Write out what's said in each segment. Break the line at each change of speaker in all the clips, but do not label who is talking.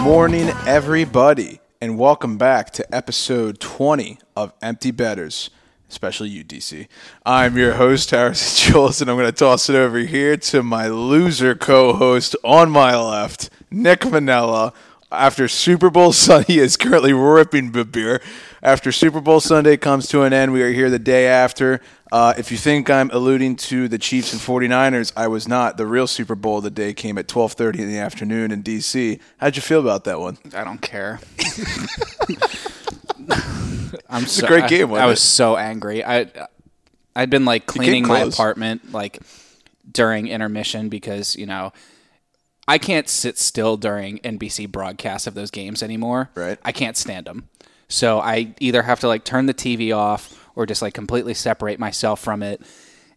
morning, everybody, and welcome back to episode 20 of Empty Betters, especially you, DC. I'm your host, Harrison Jules, and I'm going to toss it over here to my loser co host on my left, Nick Manella. After Super Bowl Sunday is currently ripping the beer. After Super Bowl Sunday comes to an end, we are here the day after. Uh, if you think I'm alluding to the Chiefs and 49ers, I was not. The real Super Bowl of the day came at 12:30 in the afternoon in DC. How'd you feel about that one?
I don't care. I'm so,
a great
I-
game,
I,
wasn't
was
it?
so angry. I I'd been like cleaning my
close.
apartment like during intermission because you know I can't sit still during NBC broadcasts of those games anymore.
Right.
I can't stand them. So I either have to like turn the TV off or just like completely separate myself from it.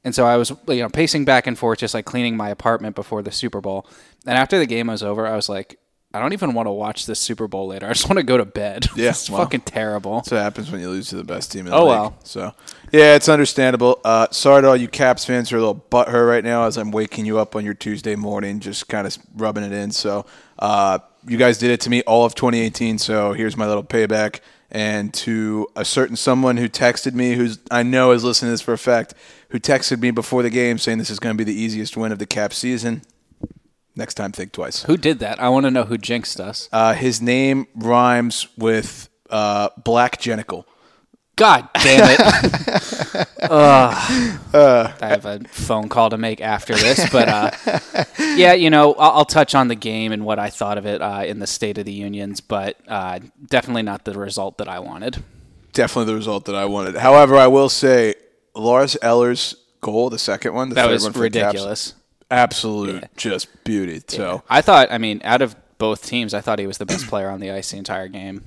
And so I was you know pacing back and forth just like cleaning my apartment before the Super Bowl. And after the game was over, I was like I don't even want to watch this Super Bowl later. I just want to go to bed.
Yeah,
it's
well.
fucking terrible.
That's what happens when you lose to the best team in the
Oh,
league.
well.
So, yeah, it's understandable. Uh, sorry to all you Caps fans who are a little butthurt right now as I'm waking you up on your Tuesday morning, just kind of rubbing it in. So, uh, you guys did it to me all of 2018. So, here's my little payback. And to a certain someone who texted me, who's I know is listening to this for a fact, who texted me before the game saying this is going to be the easiest win of the Cap season. Next time, think twice.
Who did that? I want to know who jinxed us.
Uh, his name rhymes with uh, Black Genicle.
God damn it. Ugh.
Uh.
I have a phone call to make after this, but uh, yeah, you know, I'll, I'll touch on the game and what I thought of it uh, in the State of the Unions, but uh, definitely not the result that I wanted.
definitely the result that I wanted. However, I will say Lars Eller's goal, the second one, the
That
third
was
one for the Caps, Oh.
ridiculous.
absolute just beauty. So,
I thought, I mean, out of both teams, I thought he was the best player on the ice the entire game.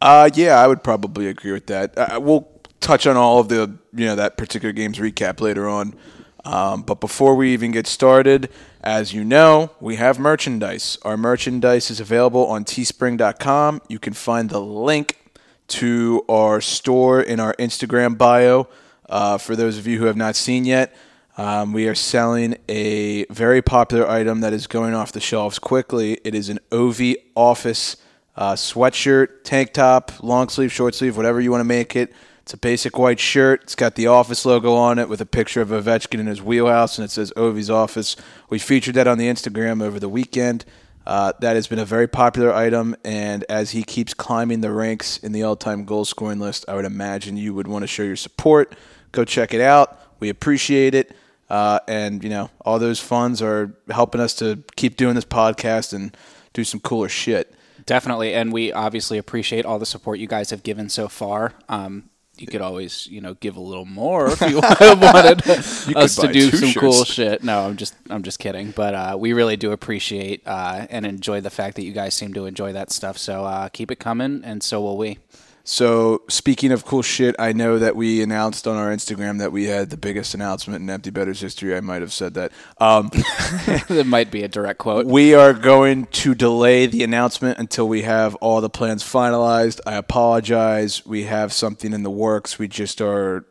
uh, yeah, I would probably agree with that. Uh, we'll touch on all of the you know that particular game's recap later on. Um, but before we even get started, as you know, we have merchandise. Our merchandise is available on teespring.com. You can find the link to our store in our Instagram bio. Uh, for those of you who have not seen yet, um, we are selling a very popular item that is going off the shelves quickly. It is an OV office uh, sweatshirt, tank top, long sleeve, short sleeve, whatever you want to make it. It's a basic white shirt. It's got the office logo on it with a picture of Ovechkin in his wheelhouse, and it says Ovi's office. We featured that on the Instagram over the weekend. Uh, that has been a very popular item, and as he keeps climbing the ranks in the all-time goal scoring list, I would imagine you would want to show your support. Go check it out. We appreciate it, uh, and you know all those funds are helping us to keep doing this podcast and do some cooler shit.
Definitely, and we obviously appreciate all the support you guys have given so far. Um, you could always, you know, give a little more if you wanted us to
buy
do
two
some cool
shirts.
shit. No, I'm just, I'm just kidding. But uh, we really do appreciate uh, and enjoy the fact that you guys seem to enjoy that stuff. So uh, keep it coming, and so will we.
So speaking of cool shit, I know that we announced on our Instagram that we had the biggest announcement in Empty Betters history. I might have said that. Um,
that might be a direct quote.
we are going to delay the announcement until we have all the plans finalized. I apologize. We have something in the works. We just are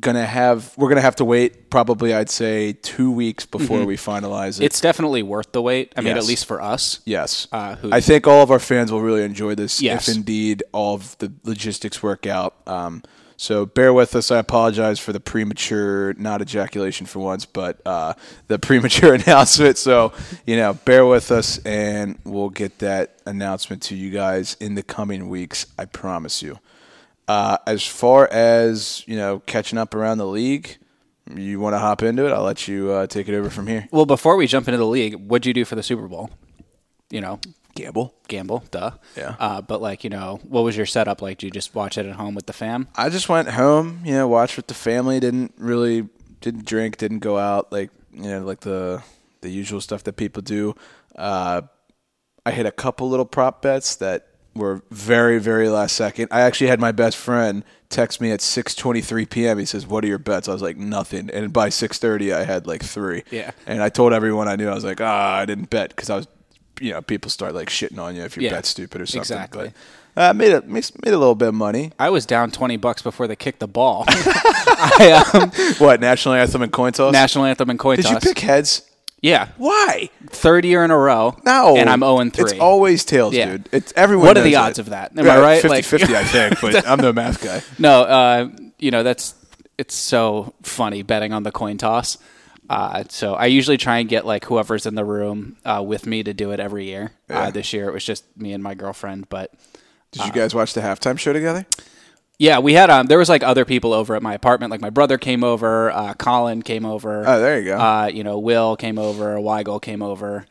gonna have we're gonna have to wait probably I'd say two weeks before we finalize it.
It's definitely worth the wait. I mean,
Yes.
at least for us.
yes.
Uh, who-
I think all of our fans will really enjoy this
Yes.
if indeed all of the logistics work out. Um, so bear with us. I apologize for the premature, not ejaculation for once, but uh, the premature announcement. So, you know, bear with us and we'll get that announcement to you guys in the coming weeks. I promise you. Uh, as far as, you know, catching up around the league, you want to hop into it? I'll let you uh, take it over from here.
Well, before we jump into the league, what'd you do for the Super Bowl? You know,
Gamble.
gamble, duh.
Yeah.
Uh, but like, you know, what was your setup like? Did you just watch it at home with the fam?
I just went home, you know, watched with the family. Didn't really, didn't drink, didn't go out, like you know, like the the usual stuff that people do. Uh, I hit a couple little prop bets that were very, very last second. I actually had my best friend text me at 6:23 p.m. He says, "What are your bets?" I was like, "Nothing." And by 6:30, I had like three.
Yeah.
And I told everyone I knew. I was like, "Ah, I didn't bet because I was." You know, people start like shitting on you if your
Yeah.
bet's stupid or something.
Exactly.
But uh, made a made a little bit of money.
I was down 20 bucks before they kicked the ball. I, um,
What national anthem and coin toss?
National anthem and coin
Did you
toss.
pick heads?
Yeah,
Why?
third year in a row.
No.
and I'm zero and three.
It's always tails,
Yeah.
dude. It's everyone.
what are
knows
the
that.
odds of that? Am
Yeah,
I right?
50
Like-
50, I think, but I'm no math guy.
No, uh, you know that's it's so funny betting on the coin toss. Uh, so I usually try and get like whoever's in the room uh, with me to do it every year.
Yeah.
Uh, this year it was just me and my girlfriend, but
Did you guys watch the halftime show together?
yeah, we had um, there was like other people over at my apartment. Like my brother came over, uh, Colin came over.
Oh, there you go.
Uh, you know, Will came over, Weigel came over.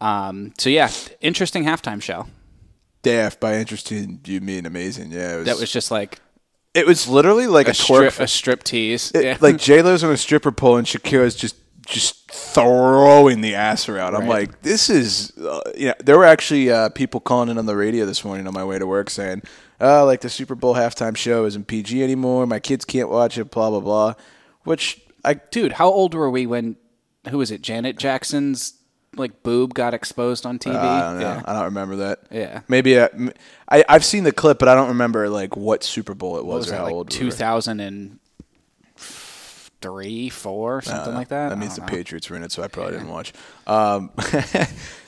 Um, so yeah, interesting halftime show.
Daft by interesting you mean amazing. Yeah, it was,
That was just like
it was literally like a,
a strip,
twerk.
a strip tease.
it-
yeah.
Like J Lo's on a stripper pole and Shakira's just just throwing the ass around. I'm
Right.
like, this is uh, yeah. There were actually uh, people calling in on the radio this morning on my way to work saying, "Oh, like the Super Bowl halftime show isn't PG anymore. My kids can't watch it." Blah blah blah. Which I
dude, how old were we when who was it? Janet Jackson's like boob got exposed on TV.
Uh, I don't know. I don't remember that.
Yeah.
Maybe I, m- I have seen the clip, but I don't remember like what Super Bowl it was,
What was
or
that
how
like
old we were.
two thousand and three, four, something like that? Uh-huh. I
That means the
don't know.
Patriots were in it, so I probably didn't watch. Um,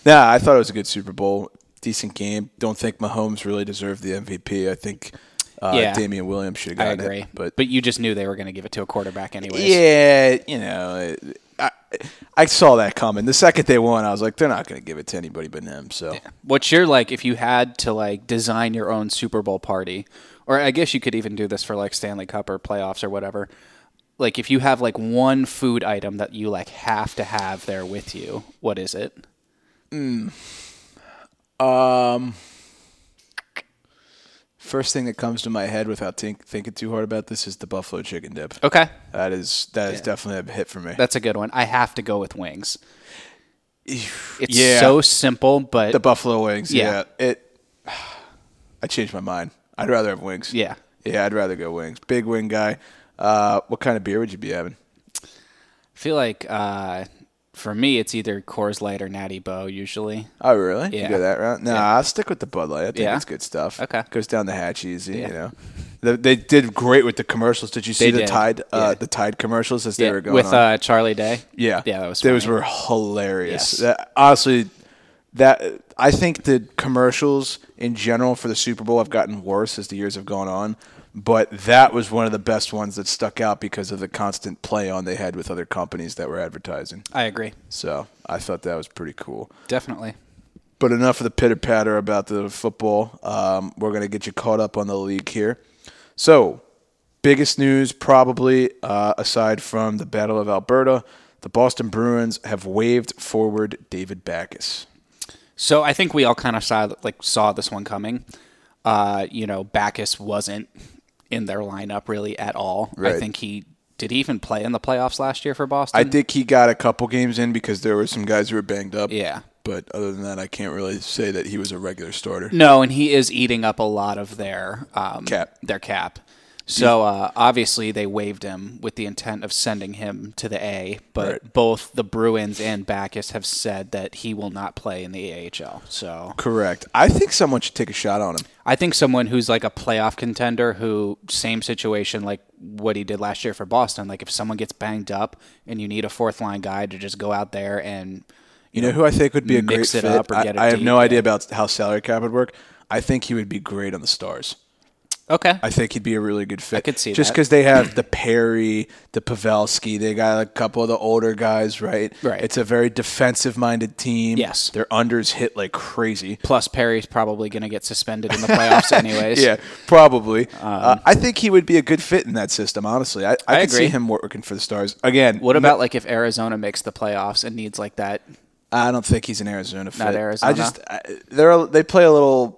nah, I thought it was a good Super Bowl, decent game. Don't think Mahomes really deserved the MVP. I think uh,
Yeah.
Damian Williams should have
I
gotten
agree,
it, but
you just knew they were going to give it to a quarterback anyways.
yeah, you know, I, I saw that coming. The second they won, I was like, they're not going to give it to anybody but him. So
What's your like if you had to like design your own Super Bowl party, or I guess you could even do this for like Stanley Cup or playoffs or whatever. Like if you have like one food item that you like have to have there with you, what is it?
first thing that comes to my head without think, thinking too hard about this is the buffalo chicken dip.
Okay,
That is that is definitely a hit for me.
that's a good one. I have to go with wings. It's
Yeah.
so simple, but
The buffalo wings.
Yeah.
Yeah. It. I changed my mind. I'd rather have wings.
Yeah.
Yeah, I'd rather go wings. Big wing guy. Uh, what kind of beer would you be having?
I feel like uh, for me, it's either Coors Light or Natty Bow usually.
Oh, really?
Yeah.
You go that route? No, I'll stick with the Bud Light. I think
Yeah.
it's good stuff.
Okay.
Goes down the hatch easy.
Yeah.
You know. They, they did great with the commercials. Did you see
They
the
did.
Tide uh,
Yeah.
the Tide commercials as
Yeah,
they were going
with
on?
Uh, Charlie Day.
Yeah,
yeah, that was
those
funny.
were hilarious.
Yes.
That, honestly, that I think the commercials in general for the Super Bowl have gotten worse as the years have gone on, but that was one of the best ones that stuck out because of the constant play on they had with other companies that were advertising.
I agree,
So I thought that was pretty cool.
definitely.
But enough of the pitter patter about the football. Um, we're going to get you caught up on the league here. So, biggest news probably uh, aside from the Battle of Alberta, the Boston Bruins have waived forward David Backus.
So I think we all kind of saw like saw this one coming. Uh, you know, Backus wasn't in their lineup really at all. I
Right.
think he did he even play in the playoffs last year for Boston.
I think he got a couple games in because there were some guys who were banged up.
Yeah.
But other than that, I can't really say that he was a regular starter.
No, and he is eating up a lot of their um,
Cap.
Their cap. So uh, obviously they waived him with the intent of sending him to the A. But
Right.
both the Bruins and Backus have said that he will not play in the AHL. So
Correct. I think someone should take a shot on him.
I think someone who's like a playoff contender, who same situation like what he did last year for Boston. Like if someone gets banged up and you need a fourth line guy to just go out there and
You know who I think would be a great
mix it
fit?
up or
I,
get it
I have
deep,
no
yeah.
idea about how salary cap would work. I think he would be great on the Stars.
okay,
I think he'd be a really good fit. I
could see
just
that.
because they have the Perry, the Pavelski, they got a couple of the older guys, right?
Right.
It's a very defensive-minded team.
Yes.
their unders hit like crazy.
plus Perry's probably going to get suspended in the playoffs anyways.
Yeah, probably. uh, I think he would be a good fit in that system. Honestly, I, I,
Um, I
could see
agree.
him working for the Stars again.
What about like if Arizona makes the playoffs and needs like that?
I don't think he's an Arizona fit.
Arizona?
I just I, they're a- they play a little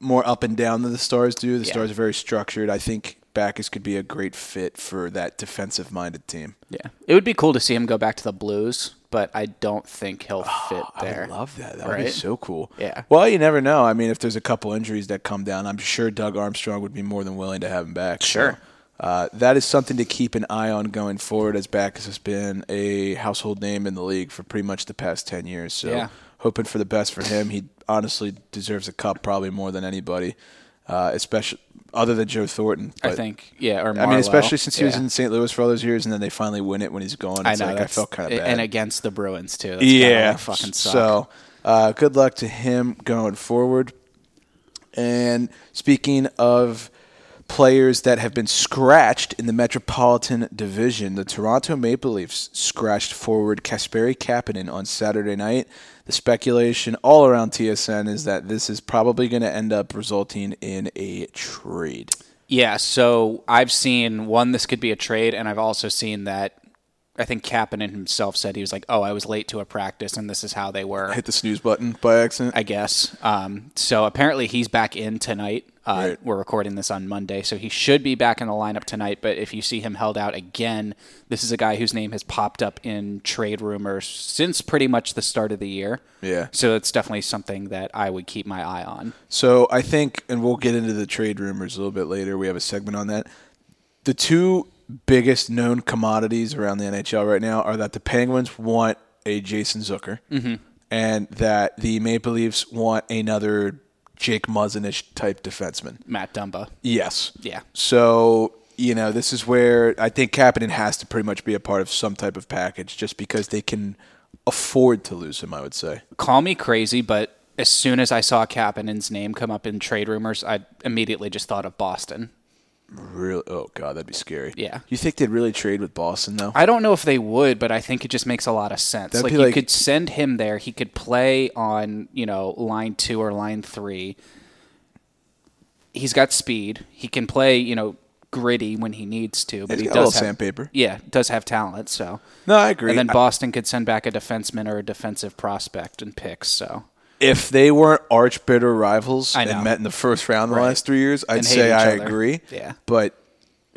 more up and down than the Stars do. The
Yeah.
Stars are very structured. I think Backus could be a great fit for that defensive-minded team.
Yeah, it would be cool to see him go back to the Blues, but I don't think he'll fit there.
Oh, I love that. That would be
Right?
so cool.
Yeah.
Well, you never know. I mean, if there's a couple injuries that come down, I'm sure Doug Armstrong would be more than willing to have him back. So,
Sure.
uh, that is something to keep an eye on going forward, as Backus has been a household name in the league for pretty much the past 10 years. So,
Yeah.
hoping for the best for him. He honestly deserves a cup probably more than anybody, uh, especially other than Joe Thornton.
I
but-
think. Yeah, or
I mean,
Marlowe.
especially since he was
Yeah.
in St. Louis for all those years, and then they finally win it when he's gone.
I
It's
know.
like, I
that's-
felt kind of
a-
bad.
And against the Bruins too. That's kinda,
yeah,
like, fucking suck.
so uh, good luck to him going forward. And speaking of players that have been scratched in the Metropolitan Division, the Toronto Maple Leafs scratched forward Kasperi Kapanen on Saturday night. The speculation all around TSN is that this is probably going to end up resulting in a trade.
Yeah, so I've seen one. This could be a trade, and I've also seen that. I think Kapanen himself said he was like, "Oh, I was late to a practice, and this is how they were."
Hit the snooze button by accident.
I guess. Um, so apparently he's back in tonight. Uh,
Right.
We're recording this on Monday, so he should be back in the lineup tonight. But if you see him held out again, this is a guy whose name has popped up in trade rumors since pretty much the start of the year.
Yeah.
So it's definitely something that I would keep my eye on.
So I think, and we'll get into the trade rumors a little bit later. We have a segment on that. The two biggest known commodities around the NHL right now are that the Penguins want a Jason Zucker, and that the Maple Leafs want another Jake Muzzinish type defenseman.
Matt Dumba.
Yes.
Yeah.
So you know this is where I think Kapanen has to pretty much be a part of some type of package, just because they can afford to lose him. I would say.
Call me crazy, but as soon as I saw Kapanen's name come up in trade rumors, I immediately just thought of Boston.
Really? Oh god, that'd be scary.
Yeah.
You think they'd really trade with Boston though?
I don't know if they would, but I think it just makes a lot of sense.
That'd
like
be
you
like-
could send him there. He could play on, you know, line two or line three. He's got speed. He can play, you know, gritty when he needs to, but
He's
he
got a
does
little
have
sandpaper.
Yeah, does have talent. So,
No, I agree.
and then
I-
Boston could send back a defenseman or a defensive prospect and picks. So,
if they weren't arch bitter rivals
I know.
and met in the first round the
Right.
last three years, I'd
And hate
say
each
I
other.
agree.
Yeah.
But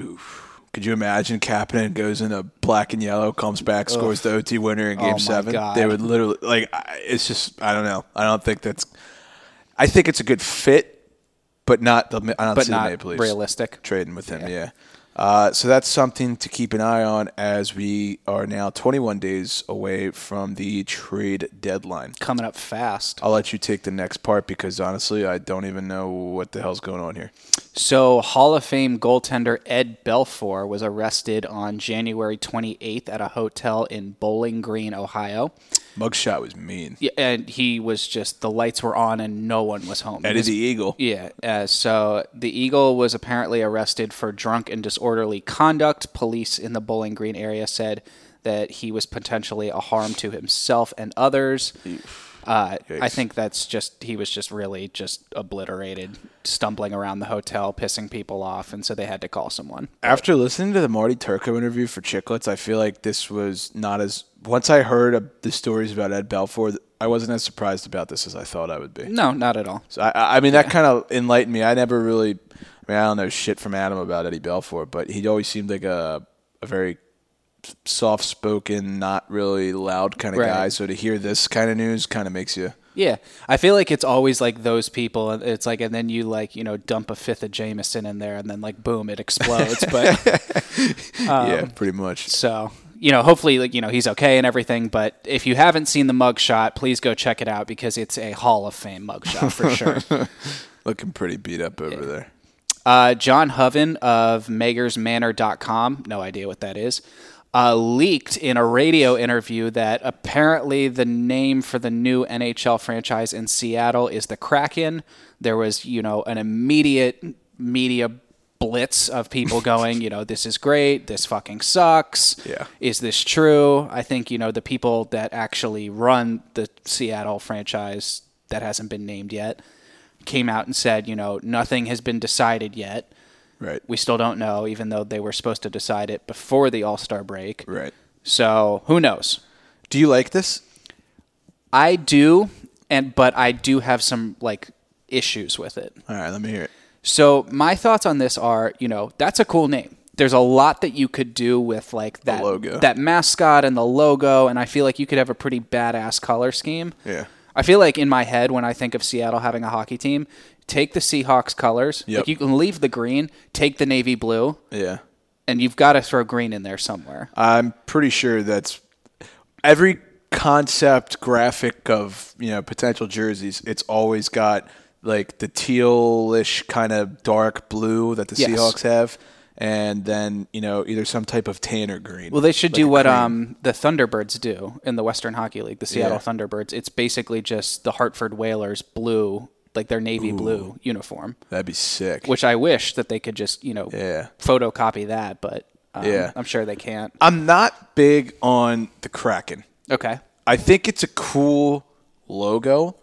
oof, could you imagine Kapanen goes in a black and yellow, comes back, scores the OT winner in
Oh,
game
my
seven?
God.
They would literally like. I- It's just I don't know. I don't think that's. I think it's a good fit, but not the. I don't
but
see the
not
Maple Leafs.
realistic.
trading with him. Yeah. Uh, so that's something to keep an eye on as we are now 21 days away from the trade deadline.
Coming up fast.
I'll let you take the next part because honestly, I don't even know what the hell's going on here.
So, Hall of Fame goaltender Ed Belfour was arrested on January 28th at a hotel in Bowling Green, Ohio.
Mugshot was mean.
Yeah, and he was just the lights were on and no one was home.
Eddie the Eagle.
Yeah. Uh, so the Eagle was apparently arrested for drunk and disorderly conduct. Police in the Bowling Green area said that he was potentially a harm to himself and others. Uh, I
Yikes.
think that's just he was just really just obliterated, stumbling around the hotel, pissing people off, and so they had to call someone.
After listening to the Marty Turco interview for Chicklets, I feel like this was not as. Once I heard uh, the stories about Ed Belfour, I wasn't as surprised about this as I thought I would be.
No, not at all.
So I- I, I mean, that kind of enlightened me. I never really, I mean, I don't know shit from Adam about Eddie Belfour, but he always seemed like a a very soft spoken, not really loud kind of
Right.
guy. So to hear this kind of news kind of makes you.
Yeah, I feel like it's always like those people. and It's like, and then you like you know dump a fifth of Jameson in there, and then like boom, it explodes. but
yeah,
Um,
pretty much.
so you know, hopefully like you know he's okay and everything. But if you haven't seen the mugshot, please go check it out because it's a Hall of Fame mugshot for sure.
Looking pretty beat up over there.
Uh, John Hoven of MagersManor.com, no idea what that is, uh, leaked in a radio interview that apparently the name for the new NHL franchise in Seattle is the Kraken. There was, you know, an immediate media blitz of people going, you know, this is great, this fucking sucks.
Yeah.
Is this true? I think, you know, the people that actually run the Seattle franchise that hasn't been named yet came out and said, you know, nothing has been decided yet.
Right.
We still don't know, even though they were supposed to decide it before the All Star break.
Right.
So who knows?
Do you like this?
I do, and but I do have some like issues with it.
All right, let me hear it.
So my thoughts on this are, you know, that's a cool name. There's a lot that you could do with like that
logo.
that mascot and the logo, and I feel like you could have a pretty badass color scheme.
Yeah.
I feel like in my head when I think of Seattle having a hockey team, take the Seahawks colors.
Yep.
Like you can leave the green, take the navy blue,
Yeah.
and you've got to throw green in there somewhere.
I'm pretty sure that's every concept graphic of you know potential jerseys. It's always got like the tealish kind of dark blue that the
Yes.
Seahawks have, and then you know either some type of tan or green.
Well, they should
Like
do
a
what
cream.
um, the Thunderbirds do in the Western Hockey League, the Seattle
Yeah.
Thunderbirds. It's basically just the Hartford Whalers blue, like their navy blue uniform,
That'd be sick.
which I wish that they could just, you know,
Yeah.
photocopy that, but um,
Yeah.
I'm sure they can't.
I'm not big on the Kraken.
Okay.
I think it's a cool logo,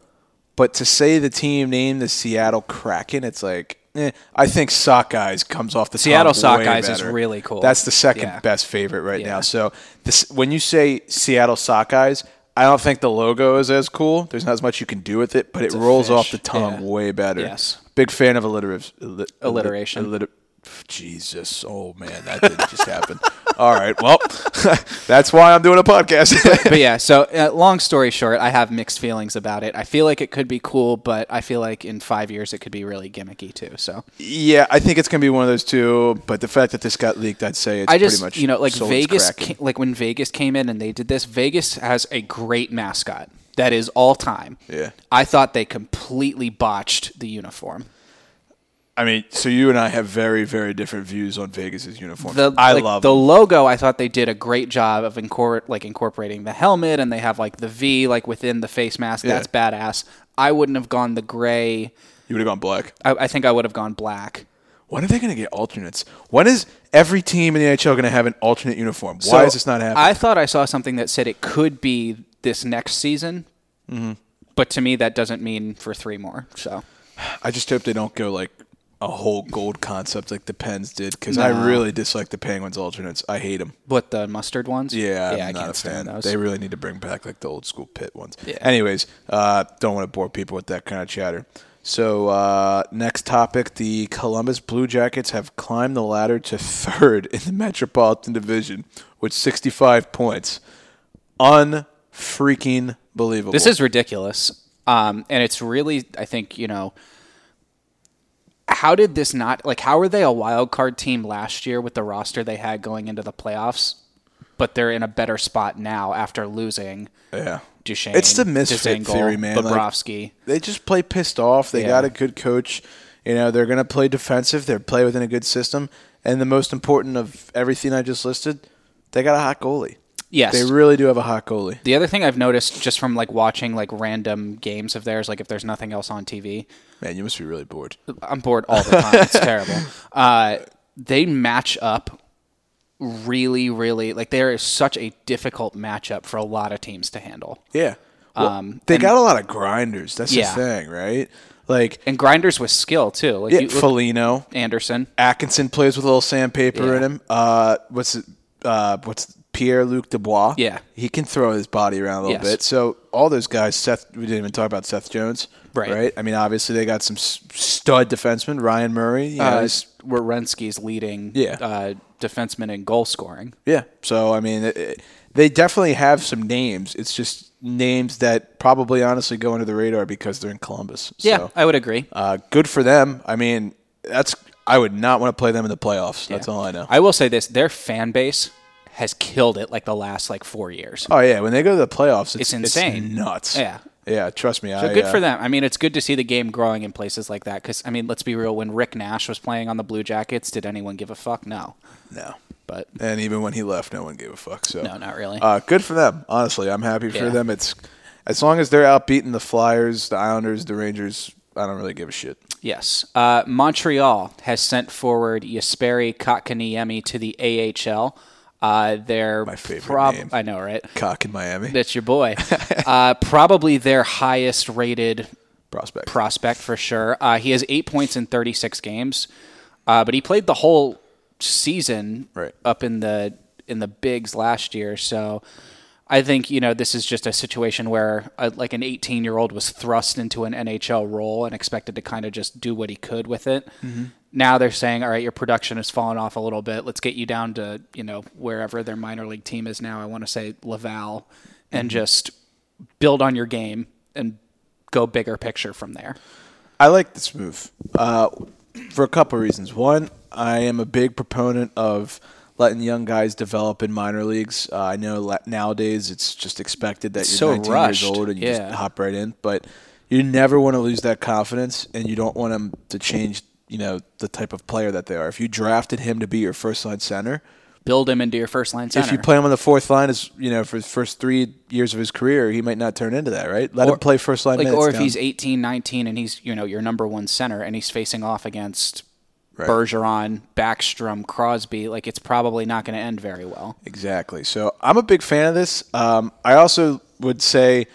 but to say the team name the Seattle Kraken, it's like eh, I think Sockeyes comes off the
Seattle
top way
Sockeyes is
better.
really cool.
That's the second
Yeah.
best favorite right now.
Yeah.
So this, when you say Seattle Sockeyes, I don't think the logo is as cool. There's not as much you can do with it, but it
a
rolls off the
fish.
tongue
Yeah.
way better.
Yes.
Big fan of alliterative alli-
Alliteration.
allit- Jesus, oh man, that did just happen. All right, well, that's why I'm doing a podcast.
but yeah, so uh, long story short, I have mixed feelings about it. I feel like it could be cool, but I feel like in five years it could be really gimmicky too. So
Yeah, I think it's gonna be one of those two. But the fact that this got leaked, I'd say it's
I just,
pretty much
you know, like
sold its
Vegas,
crack.
ca- like when Vegas came in and they did this, Vegas has a great mascot that is all time.
Yeah.
I thought they completely botched the uniform.
I mean, so you and I have very, very different views on Vegas's uniform.
The,
I
like,
love
the
them.
logo. I thought they did a great job of incor- like incorporating the helmet, and they have like the V like within the face mask.
Yeah.
That's badass. I wouldn't have gone the gray.
You would have gone black.
I, I think I would have gone black.
When are they gonna get alternates? When is every team in the NHL gonna have an alternate uniform? Why
So,
is this not happening?
I thought I saw something that said it could be this next season,
Mm-hmm.
but to me that doesn't mean for three more. So
I, just hope they don't go like a whole gold concept like the Pens did because I really dislike the Penguins alternates. I hate them.
what the mustard ones?
Yeah, I'm
yeah, I
not
can't
a fan.
stand those.
They really need to bring back like the old school pit ones.
Yeah.
Anyways, uh, don't want to bore people with that kind of chatter. So uh, next topic: the Columbus Blue Jackets have climbed the ladder to third in the Metropolitan Division with 65 points. Unfreaking believable.
This is ridiculous, um, and it's really I think you know. How did this not like? How were they a wild card team last year with the roster they had going into the playoffs, but they're in a better spot now after losing
yeah.
Duchesne.
It's the misfit
Dzingel,
theory, man. Like,
Bobrovsky.
they just play pissed off. They
Yeah.
got a good coach. You know, they're going to play defensive. They play within a good system. And the most important of everything I just listed, they got a hot goalie.
Yes.
They really do have a hot goalie.
The other thing I've noticed just from like watching like random games of theirs, like if there's nothing else on TV,
Man, you must be really bored.
I'm bored all the time. it's terrible. Uh, they match up really, really like there is such a difficult matchup for a lot of teams to handle.
Yeah. Well,
Um,
they got a lot of grinders. That's
Yeah.
the thing, right? Like,
And grinders with skill too. Like
yeah,
you, look-
Foligno.
Anderson.
Atkinson plays with a little sandpaper
Yeah.
in him. Uh, what's it- uh, what's Pierre Luc Dubois?
Yeah.
he can throw his body around a little
Yes.
bit. So all those guys, Seth. We didn't even talk about Seth Jones,
Right.
I mean, obviously they got some s- stud defensemen, Ryan Murray. You know,
Uh,
he's-
were Renski's leading
Yeah.
uh, defenseman in goal scoring.
yeah. So I mean, it, it- they definitely have some names. It's just names that probably honestly go under the radar because they're in Columbus.
Yeah,
So,
I would agree.
uh, good for them. I mean, that's. I would not want to play them in the playoffs. That's all I know.
I will say this: their fan base has killed it like the last like four years.
Oh yeah, when they go to the playoffs, it's,
It's insane.
nuts.
Yeah.
yeah. Trust me.
So
I,
good
uh,
for them. I mean, it's good to see the game growing in places like that. Because I mean, let's be real: when Rick Nash was playing on the Blue Jackets, did anyone give a fuck? No.
No,
But
and even when he left, no one gave a fuck. So
No, not really.
Uh, good for them. Honestly, I'm happy for
Yeah.
them. It's as long as they're out beating the Flyers, the Islanders, the Rangers. I don't really give a shit.
yes, uh, Montreal has sent forward Jesperi Kotkaniemi to the AHL. Uh, they're
My favorite name.
I know, right?
Cock in Miami
That's your boy. uh, probably their highest rated
prospect.
prospect for sure. Uh, he has eight points in 36 games, uh, but he played the whole season
Right.
up in the in the bigs last year. So I think you know this is just a situation where uh like an 18 year old was thrust into an NHL role and expected to kind of just do what he could with it.
Mm-hmm.
Now they're saying, all right, your production has fallen off a little bit. Let's get you down to you know wherever their minor league team is now. I want to say Laval,
Mm-hmm.
and just build on your game and go bigger picture from there.
I like this move uh, for a couple reasons. One, I am a big proponent of letting young guys develop in minor leagues. Uh, I know la- nowadays it's just expected that you're
so
19
rushed,
years old and you
yeah.
just hop right in, but you never want to lose that confidence, and you don't want him to change. You know the type of player that they are. If you drafted him to be your first line center,
Build him into your first line center.
if you play him on the fourth line, as you know, for the first three years of his career, he might not turn into that. Right? Let
Or-
him play first line
like,
minutes.
or if
down.
he's 18, 19, and he's you know your number one center, and he's facing off against
Right.
Bergeron, Backstrom, Crosby, like it's probably not going to end very well.
Exactly. So I'm a big fan of this. Um, I also would say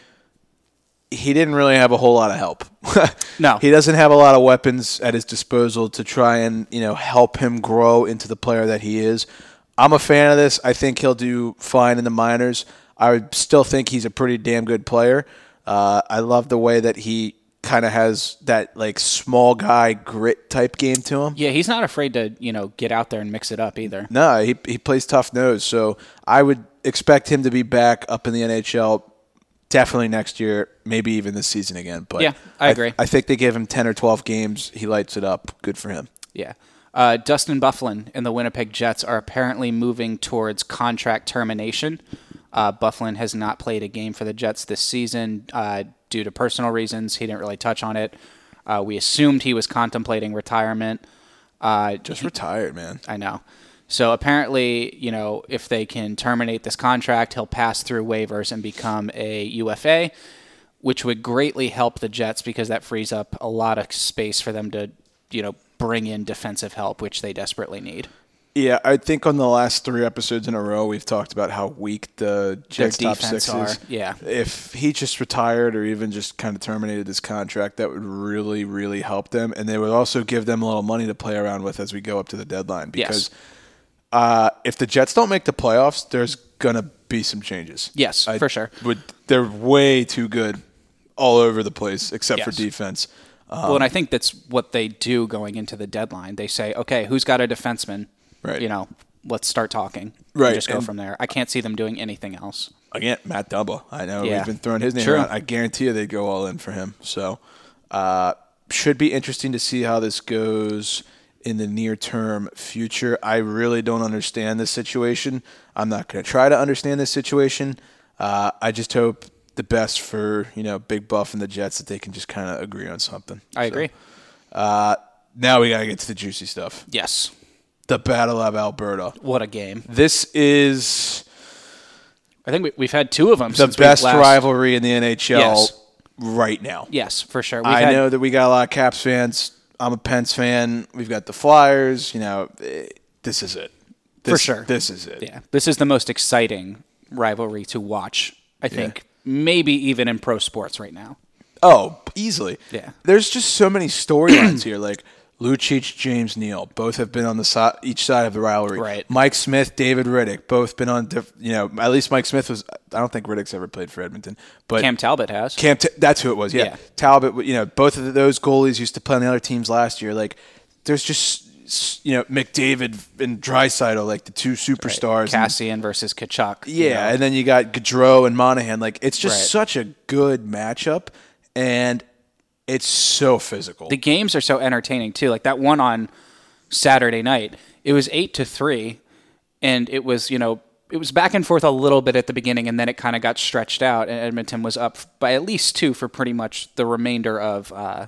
he didn't really have a whole lot of help.
No.
he doesn't have a lot of weapons at his disposal to try and you know help him grow into the player that he is. I'm a fan of this. I think he'll do fine in the minors. I would still think he's a pretty damn good player. Uh, I love the way that he kind of has that like small guy grit type game to him.
Yeah, he's not afraid to you know get out there and mix it up either.
No, he he plays tough nose, so I would expect him to be back up in the NHL definitely next year, maybe even this season again. But
Yeah, I agree.
I think they give him ten or twelve games. He lights it up. Good for him.
Yeah. Uh, Dustin Bufflin and the Winnipeg Jets are apparently moving towards contract termination. Uh, Bufflin has not played a game for the Jets this season uh, due to personal reasons. He didn't really touch on it. Uh, we assumed he was contemplating retirement. Uh,
Just retired, man.
I know. So apparently, you know, if they can terminate this contract, he'll pass through waivers and become a UFA, which would greatly help the Jets because that frees up a lot of space for them to, you know, bring in defensive help, which they desperately need.
Yeah, I think on the last three episodes in a row, we've talked about how weak the Jets top
defense
six
are,
is.
yeah.
if he just retired or even just kind of terminated his contract, that would really, really help them, and they would also give them a little money to play around with as we go up to the deadline. Because uh, if the Jets don't make the playoffs, there's gonna be some changes.
Yes, for sure.
Would they're way too good all over the place except for
Yes.
defense.
well, and I think that's what they do going into the deadline. They say, okay, who's got a defenseman?
Right.
You know, let's start talking. and
Right,
just go
and-
from there. I can't see them doing anything else.
again, Matt Dumba. I know
Yeah.
we've been throwing his name
True.
around. I guarantee you they'd go all in for him. So uh, should be interesting to see how this goes in the near term future. I really don't understand this situation. I'm not going to try to understand this situation. Uh, I just hope the best for you know Big Buff and the Jets that they can just kind of agree on something.
I
So,
agree.
Uh, now we got to get to the juicy stuff.
Yes.
The Battle of Alberta.
What a game.
This is
I think we, we've had two of them.
the
since we
best
last-
rivalry in the NHL
Yes.
right now.
Yes, for sure. We've
I
had-
know that we got a lot of Caps fans. I'm a Pens fan. We've got the Flyers. You know, eh, this is it. This,
sure.
This is it.
Yeah, this is the most exciting rivalry to watch. I think maybe even in pro sports right now.
Oh, easily.
Yeah.
There's just so many storylines here. Like Lucic, James Neal, both have been on the side, each side of the rivalry.
Right.
Mike Smith, David Riddick, both been on. Diff- you know, at least Mike Smith was. I don't think Riddick's ever played for Edmonton, but
Cam Talbot has.
Cam, Ta- that's who it was. Yeah.
Yeah.
Talbot. You know, both of those goalies used to play on the other teams last year. Like, there's just you know McDavid and Drysital, like the two superstars. and-
Cassian versus Kachuk. you
yeah,
know.
and then you got Gaudreau and Monahan. Like, it's just
Right.
such a good matchup, and it's so physical.
the games are so entertaining too. Like that one on Saturday night, it was eight to three, and it was you know it was back and forth a little bit at the beginning, and then it kind of got stretched out, and Edmonton was up by at least two for pretty much the remainder of uh,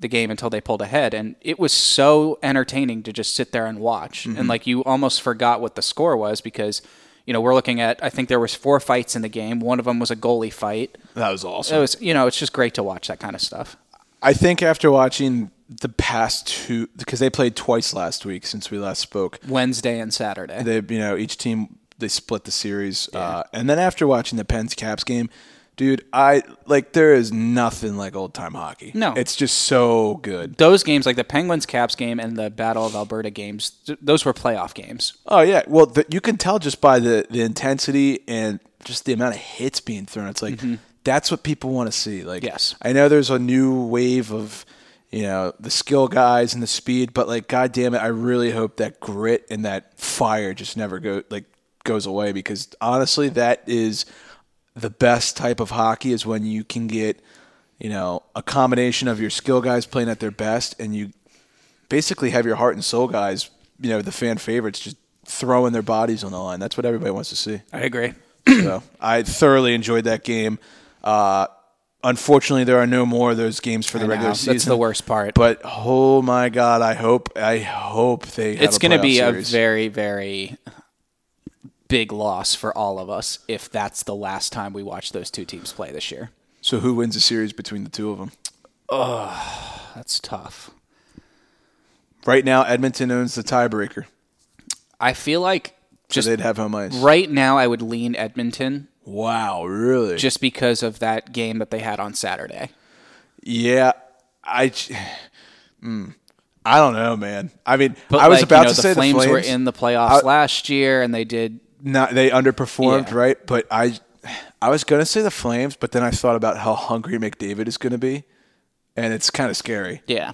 the game until they pulled ahead, and it was so entertaining to just sit there and watch, and like you almost forgot what the score was because. You know, we're looking at. I think there was four fights in the game. One of them was a goalie fight.
that was
It
awesome.
was, you know, it's just great to watch that kind of stuff.
I think after watching the past two, because they played twice last week since we last spoke.
Wednesday and Saturday.
they you know each team they split the series uh, and then after watching the pens caps game dude i like there is nothing like old time hockey
No.
it's just so good
those games, like the Penguins Caps game and the Battle of Alberta games, th- those were playoff games.
oh yeah well the, you can tell just by the the intensity and just the amount of hits being thrown it's like that's what people want to see like
Yes.
i know there's a new wave of you know the skill guys and the speed but like god damn it i really hope that grit and that fire just never go like goes away because honestly that is the best type of hockey is when you can get, you know, a combination of your skill guys playing at their best and you basically have your heart and soul guys, you know, the fan favorites just throwing their bodies on the line. That's what everybody wants to see.
I agree.
so I thoroughly enjoyed that game. Uh, Unfortunately, there are no more of those games for the
I know,
regular
that's
season.
the worst part.
But oh my god, I hope I hope they. Have
it's
going
going to be
series.
a very very big loss for all of us if that's the last time we watch those two teams play this year.
so who wins the series between the two of them?
That's tough.
Right now, Edmonton owns the tiebreaker,
I feel like
so
just
they'd have home ice.
right now I would lean Edmonton
Wow, really?
just because of that game that they had on Saturday.
yeah, I. j- Mm. I don't know, man. I mean,
But
I was
like,
about
you know,
to
the
say
Flames
the Flames
were in the playoffs last year and they did
not they underperformed,
Yeah.
right? But I I was gonna say the Flames, but then I thought about how hungry McDavid is gonna be. And it's kind of scary.
yeah.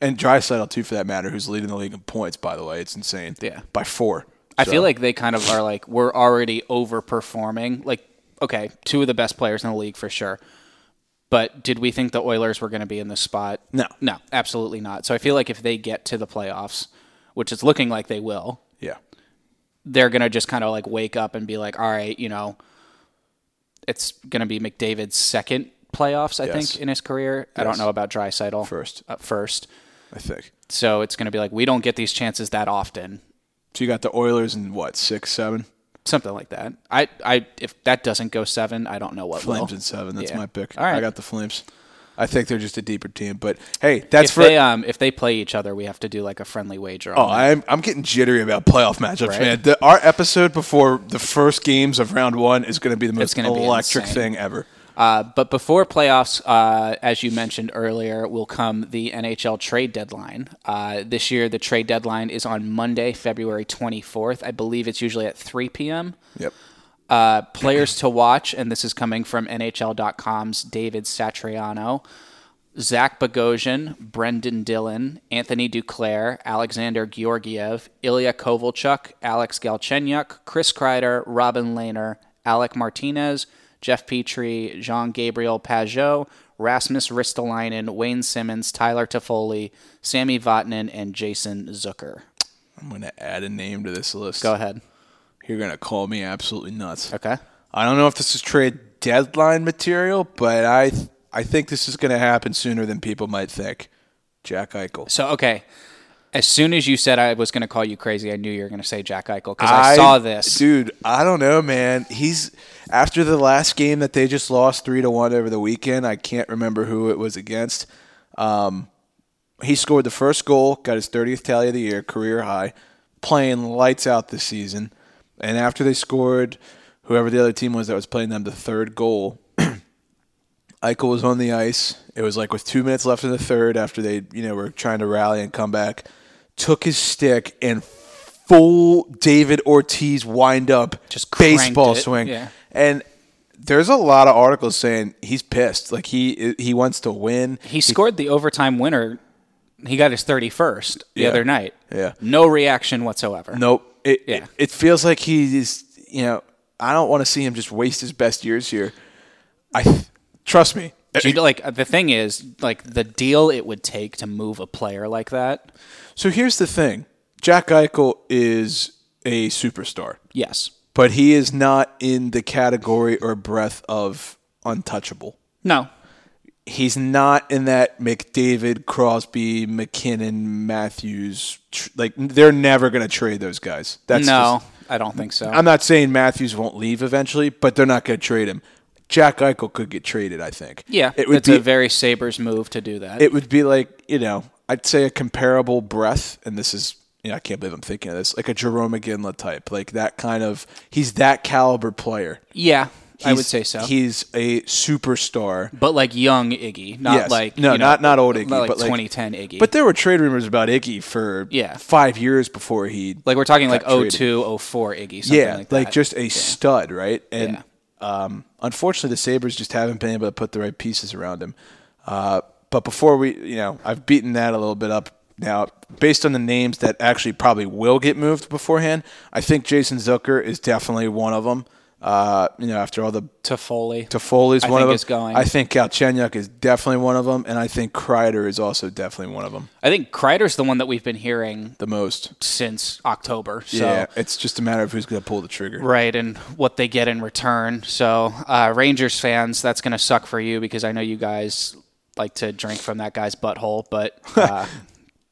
And Drysdale too, for that matter, who's leading the league in points, by the way. It's insane.
Yeah.
By four.
I
So,
feel like they kind of are like we're already overperforming. Like okay, two of the best players in the league for sure. But did we think the Oilers were going to be in this spot?
No.
No, absolutely not. So I feel like if they get to the playoffs, which it's looking like they will,
Yeah.
they're gonna just kind of like wake up and be like, all right, you know, it's gonna be McDavid's second playoffs, I
Yes.
think, in his career. I don't
Yes.
know about Drysital
First.
uh, first,
I think.
so it's gonna be like we don't get these chances that often,
So you got the Oilers in what, six, seven?
something like that. I, I, if that doesn't go seven, I don't know what
Flames
will.
in seven. That's
yeah.
my pick.
All right.
I got the Flames. I think they're just a deeper team. But hey, that's
if
for
they um if they play each other, we have to do like a friendly wager.
Oh,
On that.
I'm I'm getting jittery about playoff matchups,
Right?
man. The, our episode before the first games of round one is going to be the most
gonna be
electric
insane.
thing ever.
Uh, but before playoffs, uh, as you mentioned earlier, will come the NHL trade deadline. Uh, this year, the trade deadline is on Monday, February 24th. I believe it's usually at 3 p.m.
Yep.
Uh, players to watch, and this is coming from NHL.com's David Satriano, Zach Bogosian, Brendan Dillon, Anthony Duclair, Alexander Georgiev, Ilya Kovalchuk, Alex Galchenyuk, Chris Kreider, Robin Lehner, Alec Martinez, Jeff Petrie, Jean Gabriel Pajot, Rasmus Ristolainen, Wayne Simmons, Tyler Toffoli, Sammy Vatanen, and Jason Zucker.
I'm going to add a name to this list.
Go ahead.
You're going to call me absolutely nuts.
Okay.
I don't know if this is trade deadline material, but I th- I think this is going to happen sooner than people might think. Jack Eichel.
So okay, as soon as you said I was going to call you crazy, I knew you were going to say Jack Eichel because I, saw this.
dude. I don't know, man. He's after the last game that they just lost three to one over the weekend. I can't remember who it was against. Um, he scored the first goal, got his thirtieth tally of the year, career high, playing lights out this season. And after they scored, whoever the other team was that was playing them, the third goal, Eichel was on the ice. It was like with two minutes left in the third after they, you know, were trying to rally and come back. Took his stick and full David Ortiz wind up
Just cranked
baseball
it,
swing.
yeah.
And there's a lot of articles saying he's pissed. Like he he wants to win.
He scored the overtime winner. He got his thirty first the
Yeah.
other night.
Yeah.
No reaction whatsoever.
Nope. It,
Yeah.
it it feels like he's you know I don't want to see him just waste his best years here. I trust me.
Do you know, like the thing is, like the deal it would take to move a player like that.
So here's the thing. Jack Eichel is a superstar.
Yes.
but he is not in the category or breath of untouchable.
No.
He's not in that McDavid, Crosby, McKinnon, Matthews. Tr- like they're never going to trade those guys. That's
no.
just-
I don't think so.
I'm not saying Matthews won't leave eventually, but they're not going to trade him. Jack Eichel could get traded. I think.
yeah.
it would
it's
be.
a very Sabers move to do that.
it would be like you know. I'd say a comparable breath, and this is. You know, I can't believe I'm thinking of this. Like a Jerome McGinley type, like that kind of. He's that caliber player.
yeah. I would
He's-
say so.
He's a superstar.
but like young Iggy, not
Yes.
like
no,
you know,
not not old Iggy,
not like
but like
2010 Iggy.
But there were trade rumors about Iggy for
Yeah.
five years before he
Like we're talking like
got traded.
02, 04 Iggy, something
yeah,
like
like,
that.
just a stud, right? And um, unfortunately, the Sabers just haven't been able to put the right pieces around him. Uh, but before we, you know, I've beaten that a little bit up now. Based on the names that actually probably will get moved beforehand, I think Jason Zucker is definitely one of them. Uh, you know, after all the
Toffoli.
Toffoli's
I
one of
think
them.
is going.
I think Galchenyuk is definitely one of them, and I think Kreider is also definitely one of them.
I think Kreider's the one that we've been hearing
The most.
since October. So.
yeah, it's just a matter of who's going to pull the trigger.
Right, and what they get in return. So, uh, Rangers fans, that's going to suck for you because I know you guys like to drink from that guy's butthole. But uh,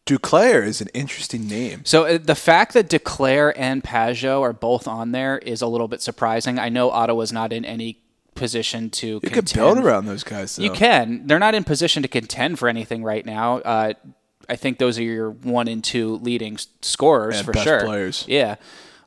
Duclair is an interesting name.
so uh, the fact that Declare and Pajot are both on there is a little bit surprising. I know Ottawa's not in any position to
You could build around those guys, though.
You can. They're not in position to contend for anything right now. Uh, I think those are your one and two leading s- scorers
And
for
best
sure.
players.
Yeah.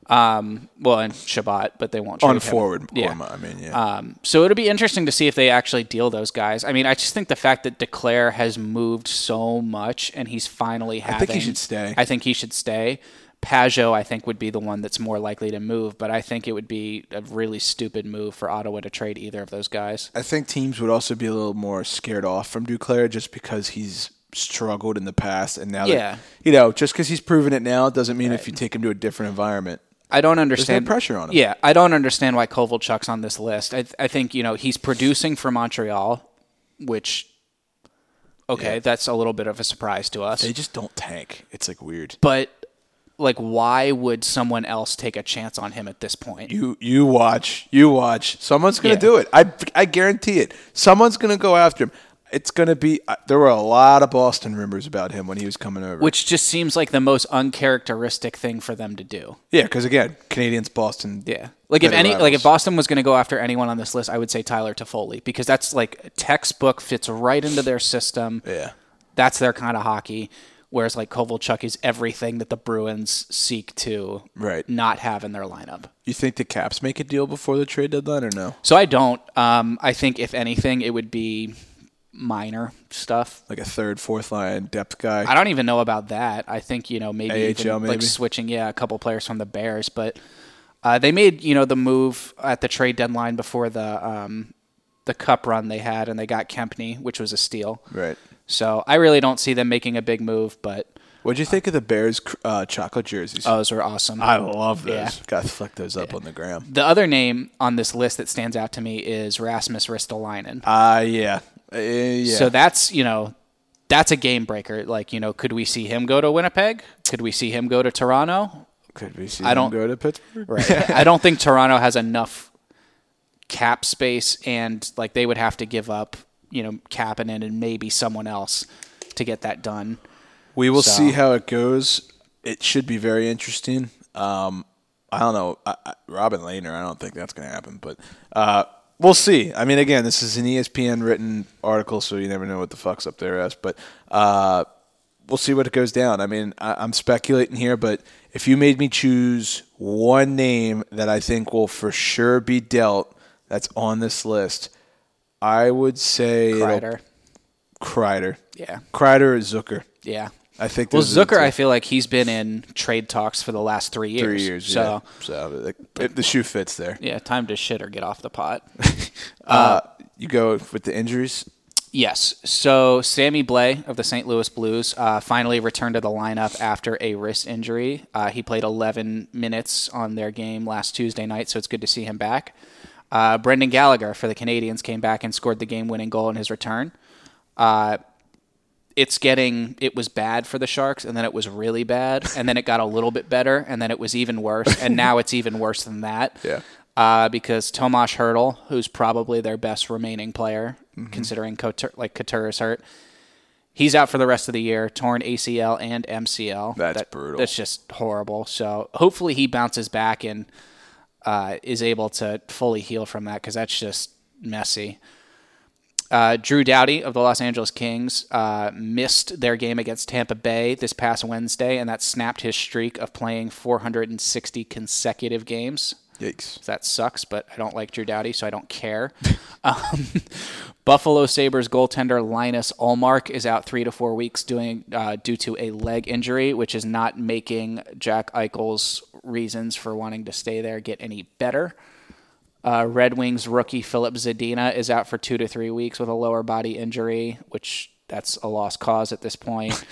Um, well, and Shabbat, but they won't
on
trade him.
forward.
Yeah.
Orma, I mean, yeah.
Um, so it'll be interesting to see if they actually deal those guys. I mean, I just think the fact that Declare has moved so much and he's finally having.
think he should stay.
I think he should stay. Pajot, I think, would be the one that's more likely to move, but I think it would be a really stupid move for Ottawa to trade either of those guys.
I think teams would also be a little more scared off from Duclair just because he's struggled in the past, and now, that-
Yeah.
you know, just because he's proven it now doesn't mean if you take him to a different environment.
I don't understand
pressure on him.
Yeah, I don't understand why Kovalchuk's on this list. I, I think you know he's producing for Montreal, which okay, that's a little bit of a surprise to us.
They just don't tank. It's like weird.
but like, why would someone else take a chance on him at this point?
You you watch you watch. Someone's gonna
Yeah.
do it. I I guarantee it. Someone's gonna go after him. It's gonna be. Uh, there were a lot of Boston rumors about him when he was coming over.
Which just seems like the most uncharacteristic thing for them to do.
yeah, because again, Canadians, Boston.
Yeah. Like if
bitter
any
rivals.
like if Boston was going to go after anyone on this list, I would say Tyler Toffoli because that's like textbook fits right into their system.
Yeah.
That's their kind of hockey. Whereas like Kovalchuk is everything that the Bruins seek to
Right.
not have in their lineup.
You think the Caps make a deal before the trade deadline or no?
So I don't. Um, I think if anything, it would be minor stuff.
Like a third, fourth line depth guy.
I don't even know about that. I think you know maybe, even,
AHL
like
maybe?
switching yeah a couple players from the Bears, but uh, they made you know the move at the trade deadline before the um, the cup run they had, and they got Kempney, which was a steal.
right.
So I really don't see them making a big move, but
What'd you think of the Bears cr- uh, chocolate jerseys?
those are awesome.
I love those.
Yeah.
Gotta flick those up on the gram.
the other name on this list that stands out to me is Rasmus Ristolainen.
Ah, yeah. Uh, yeah.
So that's you know that's a game breaker. Like you know, could we see him go to Winnipeg? Could we see him go to Toronto?
Could we see
I
I
don't-
don't, go to Pittsburgh?
Right. I don't think Toronto has enough cap space, and like they would have to give up, you know, Kapanen and maybe someone else to get that done.
We will
So-
see how it goes. It should be very interesting. Um, I don't know. I, I, Robin Lehner, I don't think that's going to happen, but uh, we'll see. I mean, again, this is an E ESPN written article, so you never know what the fuck's up their ass, but uh, we'll see what it goes down. I mean, I, I'm speculating here, but if you made me choose one name that I think will for sure be dealt that's on this list, I would say it'll-
Kreider.
Kreider.
Yeah.
Kreider or Zucker.
Yeah.
I think
Well,
those are the
Zucker,
two.
I feel like he's been in trade talks for the last three years.
three years.
So
yeah. so like, it- the shoe fits there.
yeah, time to shit or get off the pot.
Uh, you go with the injuries.
Yes. So Sammy Blay of the St. Louis Blues uh, finally returned to the lineup after a wrist injury. Uh, he played 11 minutes on their game last Tuesday night, so it's good to see him back. Uh, Brendan Gallagher for the Canadians came back and scored the game-winning goal in his return. Uh, it's getting it was bad for the Sharks, and then it was really bad, and then it got a little bit better, and then it was even worse, and now it's even worse than that
Yeah.
uh, because Tomasz Hurdle, who's probably their best remaining player, considering Couture, like Couture is hurt, he's out for the rest of the year, torn ACL and MCL.
That's brutal.
That's just horrible. So hopefully he bounces back and uh, is able to fully heal from that because that's just messy. Uh, Drew Doughty of the Los Angeles Kings uh, missed their game against Tampa Bay this past Wednesday, and that snapped his streak of playing 460 consecutive games.
Yikes.
So that sucks, but I don't like Drew Doughty, so I don't care. um, Buffalo Sabres goaltender Linus Allmark is out three to four weeks doing uh, due to a leg injury, which is not making Jack Eichel's reasons for wanting to stay there get any better. Uh, Red Wings rookie Philip Zadina is out for two to three weeks with a lower body injury, which that's a lost cause at this point.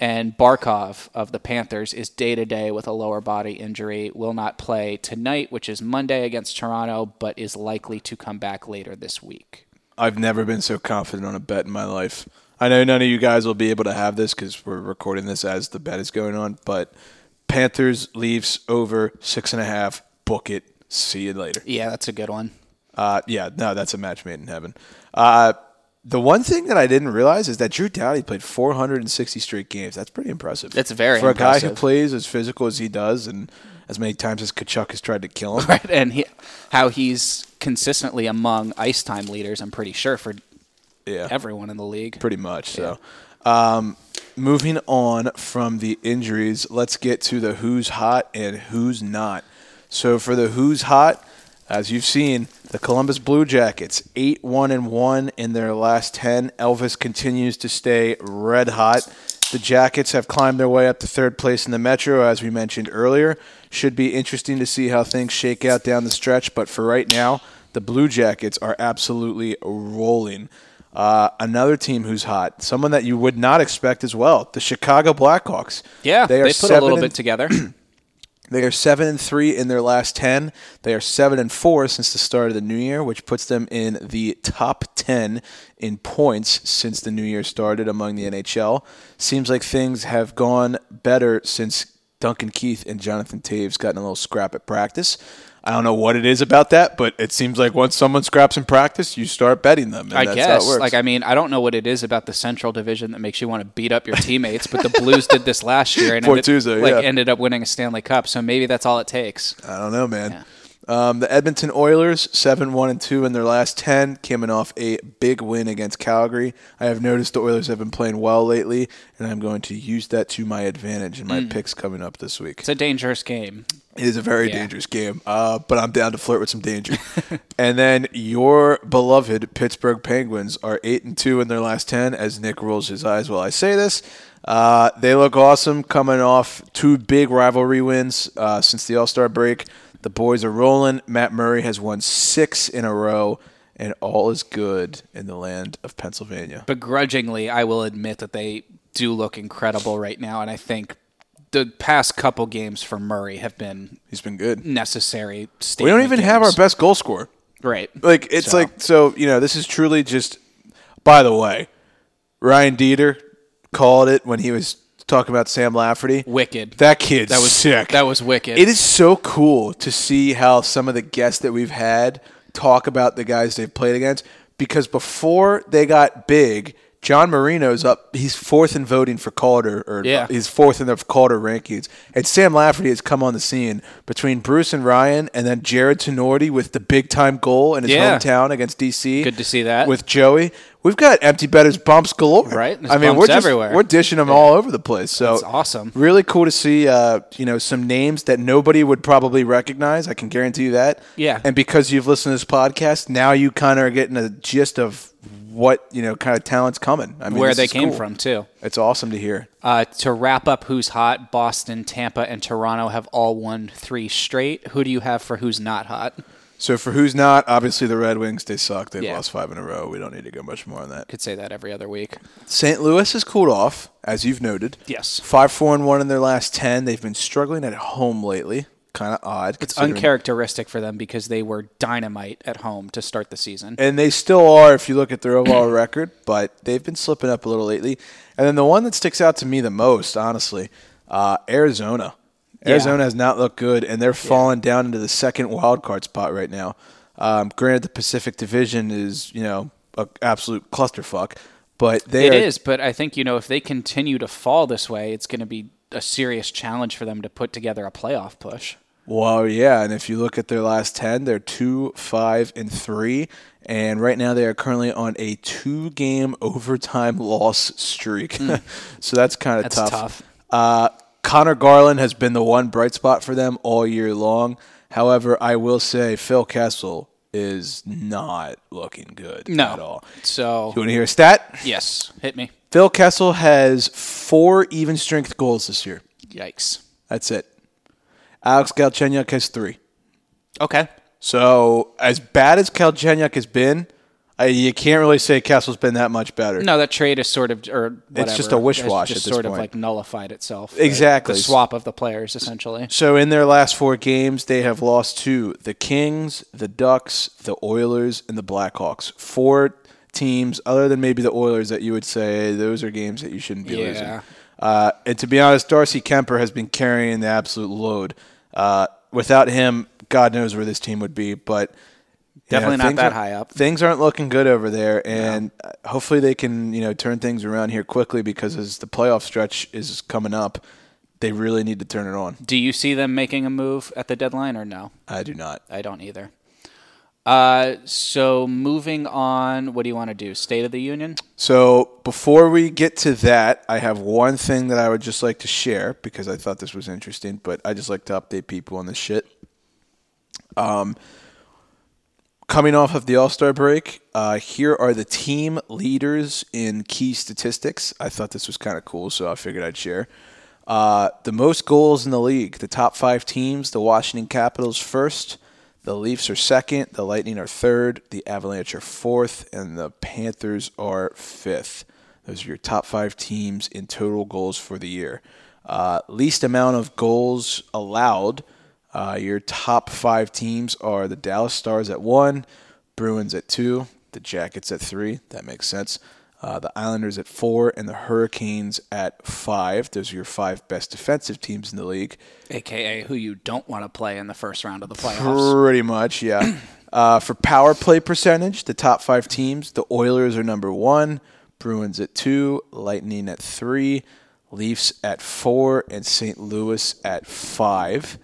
and Barkov of the Panthers is day to day with a lower body injury, will not play tonight, which is Monday against Toronto, but is likely to come back later this week.
I've never been so confident on a bet in my life. I know none of you guys will be able to have this because we're recording this as the bet is going on, but Panthers Leafs over six and a half. Book it. See you later.
Yeah, that's a good one.
Uh, yeah, no, that's a match made in heaven. Uh, the one thing that I didn't realize is that Drew Dowdy played 460 straight games. That's pretty impressive.
That's very
for a guy who
impressive.
plays as physical as he does and as many times as Kachuk has tried to kill him.
Right, and he, how he's consistently among ice time leaders, I'm pretty sure, for
Yeah,
everyone in the league.
pretty much. So, um, moving on from the injuries, let's get to the who's hot and who's not. So for the who's hot, as you've seen, the Columbus Blue Jackets eight one and one in their last ten. Elvis continues to stay red hot. The Jackets have climbed their way up to third place in the Metro, as we mentioned earlier. Should be interesting to see how things shake out down the stretch, but for right now, the Blue Jackets are absolutely rolling. Uh, another team who's hot, someone that you would not expect as well, the Chicago Blackhawks.
Yeah, they,
are
put a little
seven
bit
and-
together.
They are seven and three in their last ten. They are seven and four since the start of the new year, which puts them in the top ten in points since the new year started among the NHL. Seems like things have gone better since Duncan Keith and Jonathan Taves got in a little scrap at practice. I don't know what it is about that, but it seems like once someone scraps in practice, you start betting them. And
I
that's
guess.
How it works.
Like, I mean, I don't know what it is about the Central Division that makes you want to beat up your teammates, but the Blues did this last year and ended,
Portuzo,
like,
yeah.
ended up winning a Stanley Cup. So maybe that's all it takes.
I don't know, man. Um, the Edmonton Oilers, 7 1 and 2 in their last 10, coming off a big win against Calgary. I have noticed the Oilers have been playing well lately, and I'm going to use that to my advantage in my picks coming up this week.
It's a dangerous game.
It is a very
Yeah.
dangerous game, uh, but I'm down to flirt with some danger. and then your beloved Pittsburgh Penguins are eight and two in their last ten. As Nick rolls his eyes while I say this, uh, they look awesome coming off two big rivalry wins uh, since the All Star break. The boys are rolling. Matt Murray has won six in a row, and all is good in the land of Pennsylvania.
Begrudgingly, I will admit that they do look incredible right now. And I think the past couple games for Murray have been
He's been
Mm,
good.
necessary.
We don't even have our best goal scorer.
Right.
Like it's
So-
like so you know this is truly just. By the way, Ryan Dieter called it when he was talking about Sam Lafferty.
Wicked.
That kid. That
was-
was sick.
that was wicked.
It is so cool to see how some of the guests that we've had talk about the guys they've played against because before they got big. John Marino's up. He's fourth in voting for Calder, or
Yeah.
he's fourth in the Calder rankings. And Sam Lafferty has come on the scene between Bruce and Ryan, and then Jared Tenorti with the big time goal in his
Yeah.
hometown against DC.
Good to see that.
with Joey. We've got empty betters bumps galore.
Right, there's
I mean,
bumps
we're just,
everywhere.
we're dishing them all over the place. So
That's awesome.
Really cool to see, uh, you know, some names that nobody would probably recognize. I can guarantee you that.
Yeah.
And because you've listened to this podcast, now you kind of are getting a gist of what you know, kind of talent's coming. I mean,
where
this
they
is
came
cool.
from, too.
It's awesome to hear.
Uh, to wrap up who's hot, Boston, Tampa, and Toronto have all won three straight. Who do you have for who's not hot?
So for who's not, obviously the Red Wings. They suck. They've
Yeah.
lost five in a row. We don't need to go much more on that.
Could say that every other week.
St. Louis has cooled off, as you've noted.
Yes.
Five, four, and one in their last ten. They've been struggling at home lately. Kind of odd.
It's
considering-
uncharacteristic for them because they were dynamite at home to start the season.
and they still are if you look at their overall record, but they've been slipping up a little lately. And then the one that sticks out to me the most, honestly, uh, Arizona.
Yeah.
Arizona has not looked good, and they're falling down into the second wild card spot right now. Um, granted, the Pacific Division is you know an absolute clusterfuck, but they
It
are,
is, but I think you know if they continue to fall this way, it's going to be a serious challenge for them to put together a playoff push.
Well, yeah, and if you look at their last ten, they're two, five, and three, and right now they are currently on a two-game overtime loss streak. so that's kind of
Hmm.
tough.
That's tough.
Uh, Connor Garland has been the one bright spot for them all year long. However, I will say Phil Kessel is not looking good
No.
at all. You
So
want to hear a stat?
yes, hit me.
Phil Kessel has four even strength goals this year.
Yikes.
That's it. Alex Galchenyuk has three.
Okay.
So as bad as Kalchenyuk has been, I, you can't really say Castle's been that much better.
No, that trade is sort of or whatever,
just a wish-wash
has
at
Just
this
sort of
point.
like nullified itself. right?
Exactly.
The swap of the players essentially.
So in their last four games, they have lost to the Kings, the Ducks, the Oilers, and the Blackhawks. Four teams, other than maybe the Oilers, that you would say those are games that you shouldn't be
Yeah.
losing. Uh, and to be honest, Darcy Kemper has been carrying the absolute load. Uh, without him, God knows where this team would be, but. you know,
Definitely not
things
that
aren't-
high up.
Things aren't looking good over there, and uh, hopefully they can you know turn things around here quickly because as the playoff stretch is coming up, they really need to turn it on.
Do you see them making a move at the deadline or no?
I do not.
I don't either. Uh, so moving on, what do you want to do? State of the Union?
So before we get to that, I have one thing that I would just like to share because I thought this was interesting, but I just like to update people on this shit. Um, coming off of the All Star break, uh, here are the team leaders in key statistics. I thought this was kind of cool, so I figured I'd share. Uh, the most goals in the league, the top five teams, the Washington Capitals first, the Leafs are second, the Lightning are third, the Avalanche are fourth, and the Panthers are fifth. Those are your top five teams in total goals for the year. Uh, least amount of goals allowed. Uh, your top five teams are the Dallas Stars at one, Bruins at two, the Jackets at three. That makes sense. Uh, the Islanders at four, and the Hurricanes at five. Those are your five best defensive teams in the league.
AKA who you don't want to play in the first round of the playoffs.
Pretty much, yeah. uh, for power play percentage, the top five teams, the Oilers are number one, Bruins at two, Lightning at three, Leafs at four, and St. Louis at five.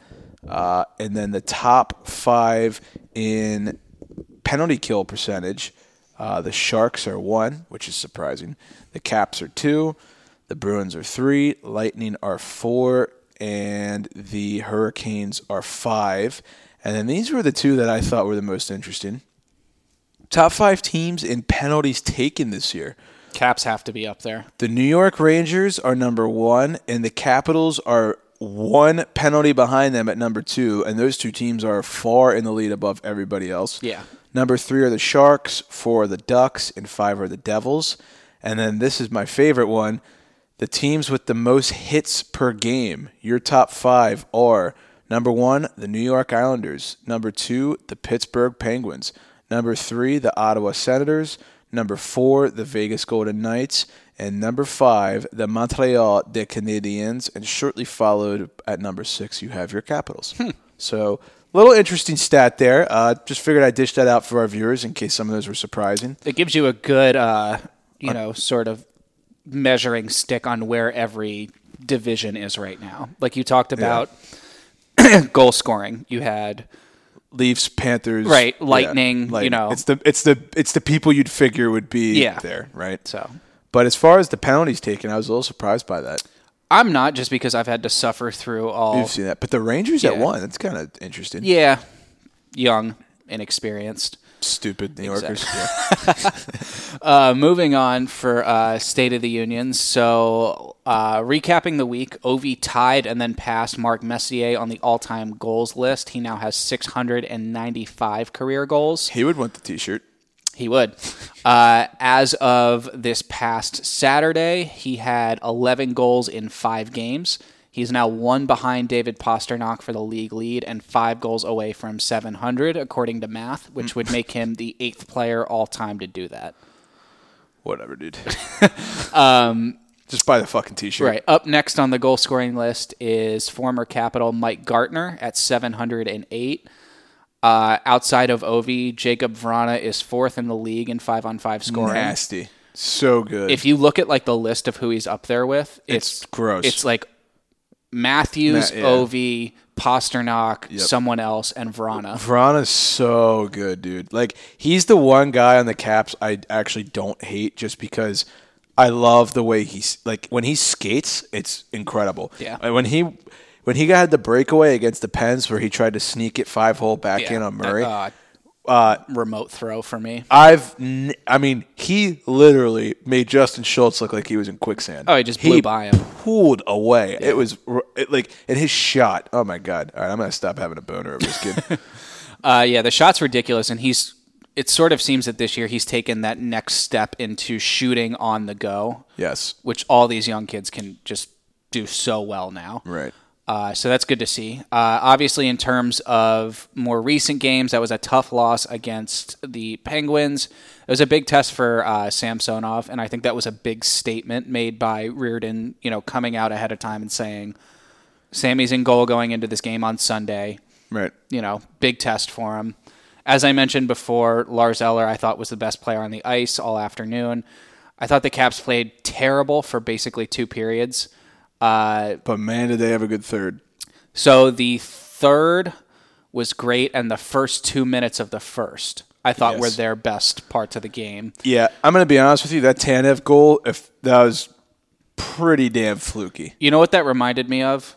Uh, and then the top five in penalty kill percentage, uh, the Sharks are one, which is surprising. The Caps are two, the Bruins are three, Lightning are four, and the Hurricanes are five. And then these were the two that I thought were the most interesting. Top five teams in penalties taken this year.
Caps have to be up there.
The New York Rangers are number one, and the Capitals are one penalty behind them at number two, and those two teams are far in the lead above everybody else.
Yeah.
Number three are the Sharks, four are the Ducks, and five are the Devils. And then this is my favorite one the teams with the most hits per game. Your top five are number one, the New York Islanders, number two, the Pittsburgh Penguins, number three, the Ottawa Senators, number four, the Vegas Golden Knights, and number five, the Montreal de Canadiens, and shortly followed at number six, you have your Capitals.
Hmm.
So, little interesting stat there. Uh, just figured I dished that out for our viewers in case some of those were surprising.
It gives you a good, uh, you know, sort of measuring stick on where every division is right now. Like you talked about goal scoring. You had
Leafs, Panthers,
Right,
yeah,
Lightning, you know.
it's the it's the it's the people you'd figure would be
Yeah.
there, right?
so
But as far as the penalties taken, I was a little surprised by that.
I'm not just because I've had to suffer through all
You've seen that, but the Rangers at
Yeah.
one, that's kind of interesting.
yeah, young, inexperienced.
Stupid New Yorkers. Yeah.
Uh, moving on for uh, State of the Union. So, uh, recapping the week, Ovi tied and then passed Mark Messier on the all-time goals list. He now has 695 career goals.
he would want the T-shirt.
He would. Uh, as of this past Saturday, he had 11 goals in five games. He's now one behind David Pasternak for the league lead and five goals away from 700, according to math, which would make him the eighth player all time to do that.
Whatever, dude. um, just buy the fucking T-shirt.
Um, Right. Up next on the goal scoring list is former Capital Mike Gartner at 708. Uh, outside of Ovi, Jacob Vrana is fourth in the league in five on five scoring.
Nasty. So good.
if you look at like the list of who he's up there with, it's,
It's gross.
It's like Matthews,
Ma- yeah.
Ovi, Pasternak, someone else, and Verana.
Vrana's so good, dude. Like he's the one guy on the Caps I actually don't hate just because I love the way he's like when he skates, it's incredible.
Yeah.
Like, when he when he got the breakaway against the Pens where he tried to sneak it five hole back in on
that,
Murray.
uh, remote throw for me.
I've, n- I mean, he literally made Justin Schultz look like he was in quicksand.
Oh, he just blew by him.
Pulled away. It was r- it, like, and his shot. Oh my god! All right, I'm gonna stop having a boner over this kid.
Uh, yeah, the shot's ridiculous, and he's it sort of seems that this year he's taken that next step into shooting on the go,
Yes.
which all these young kids can just do so well now.
Right.
Uh, so that's good to see. Uh, obviously, in terms of more recent games, that was a tough loss against the Penguins. It was a big test for uh, Samsonov, and I think that was a big statement made by Reardon. You know, coming out ahead of time and saying, "Sammy's in goal going into this game on Sunday."
Right.
you know, big test for him. As I mentioned before, Lars Eller I thought was the best player on the ice all afternoon. I thought the Caps played terrible for basically two periods. Uh,
But man, did they have a good third.
so the third was great, and the first two minutes of the first I thought
Yes.
were their best parts of the game.
Yeah, I'm gonna be honest with you. That Tanev goal, if that was pretty damn fluky.
You know what that reminded me of?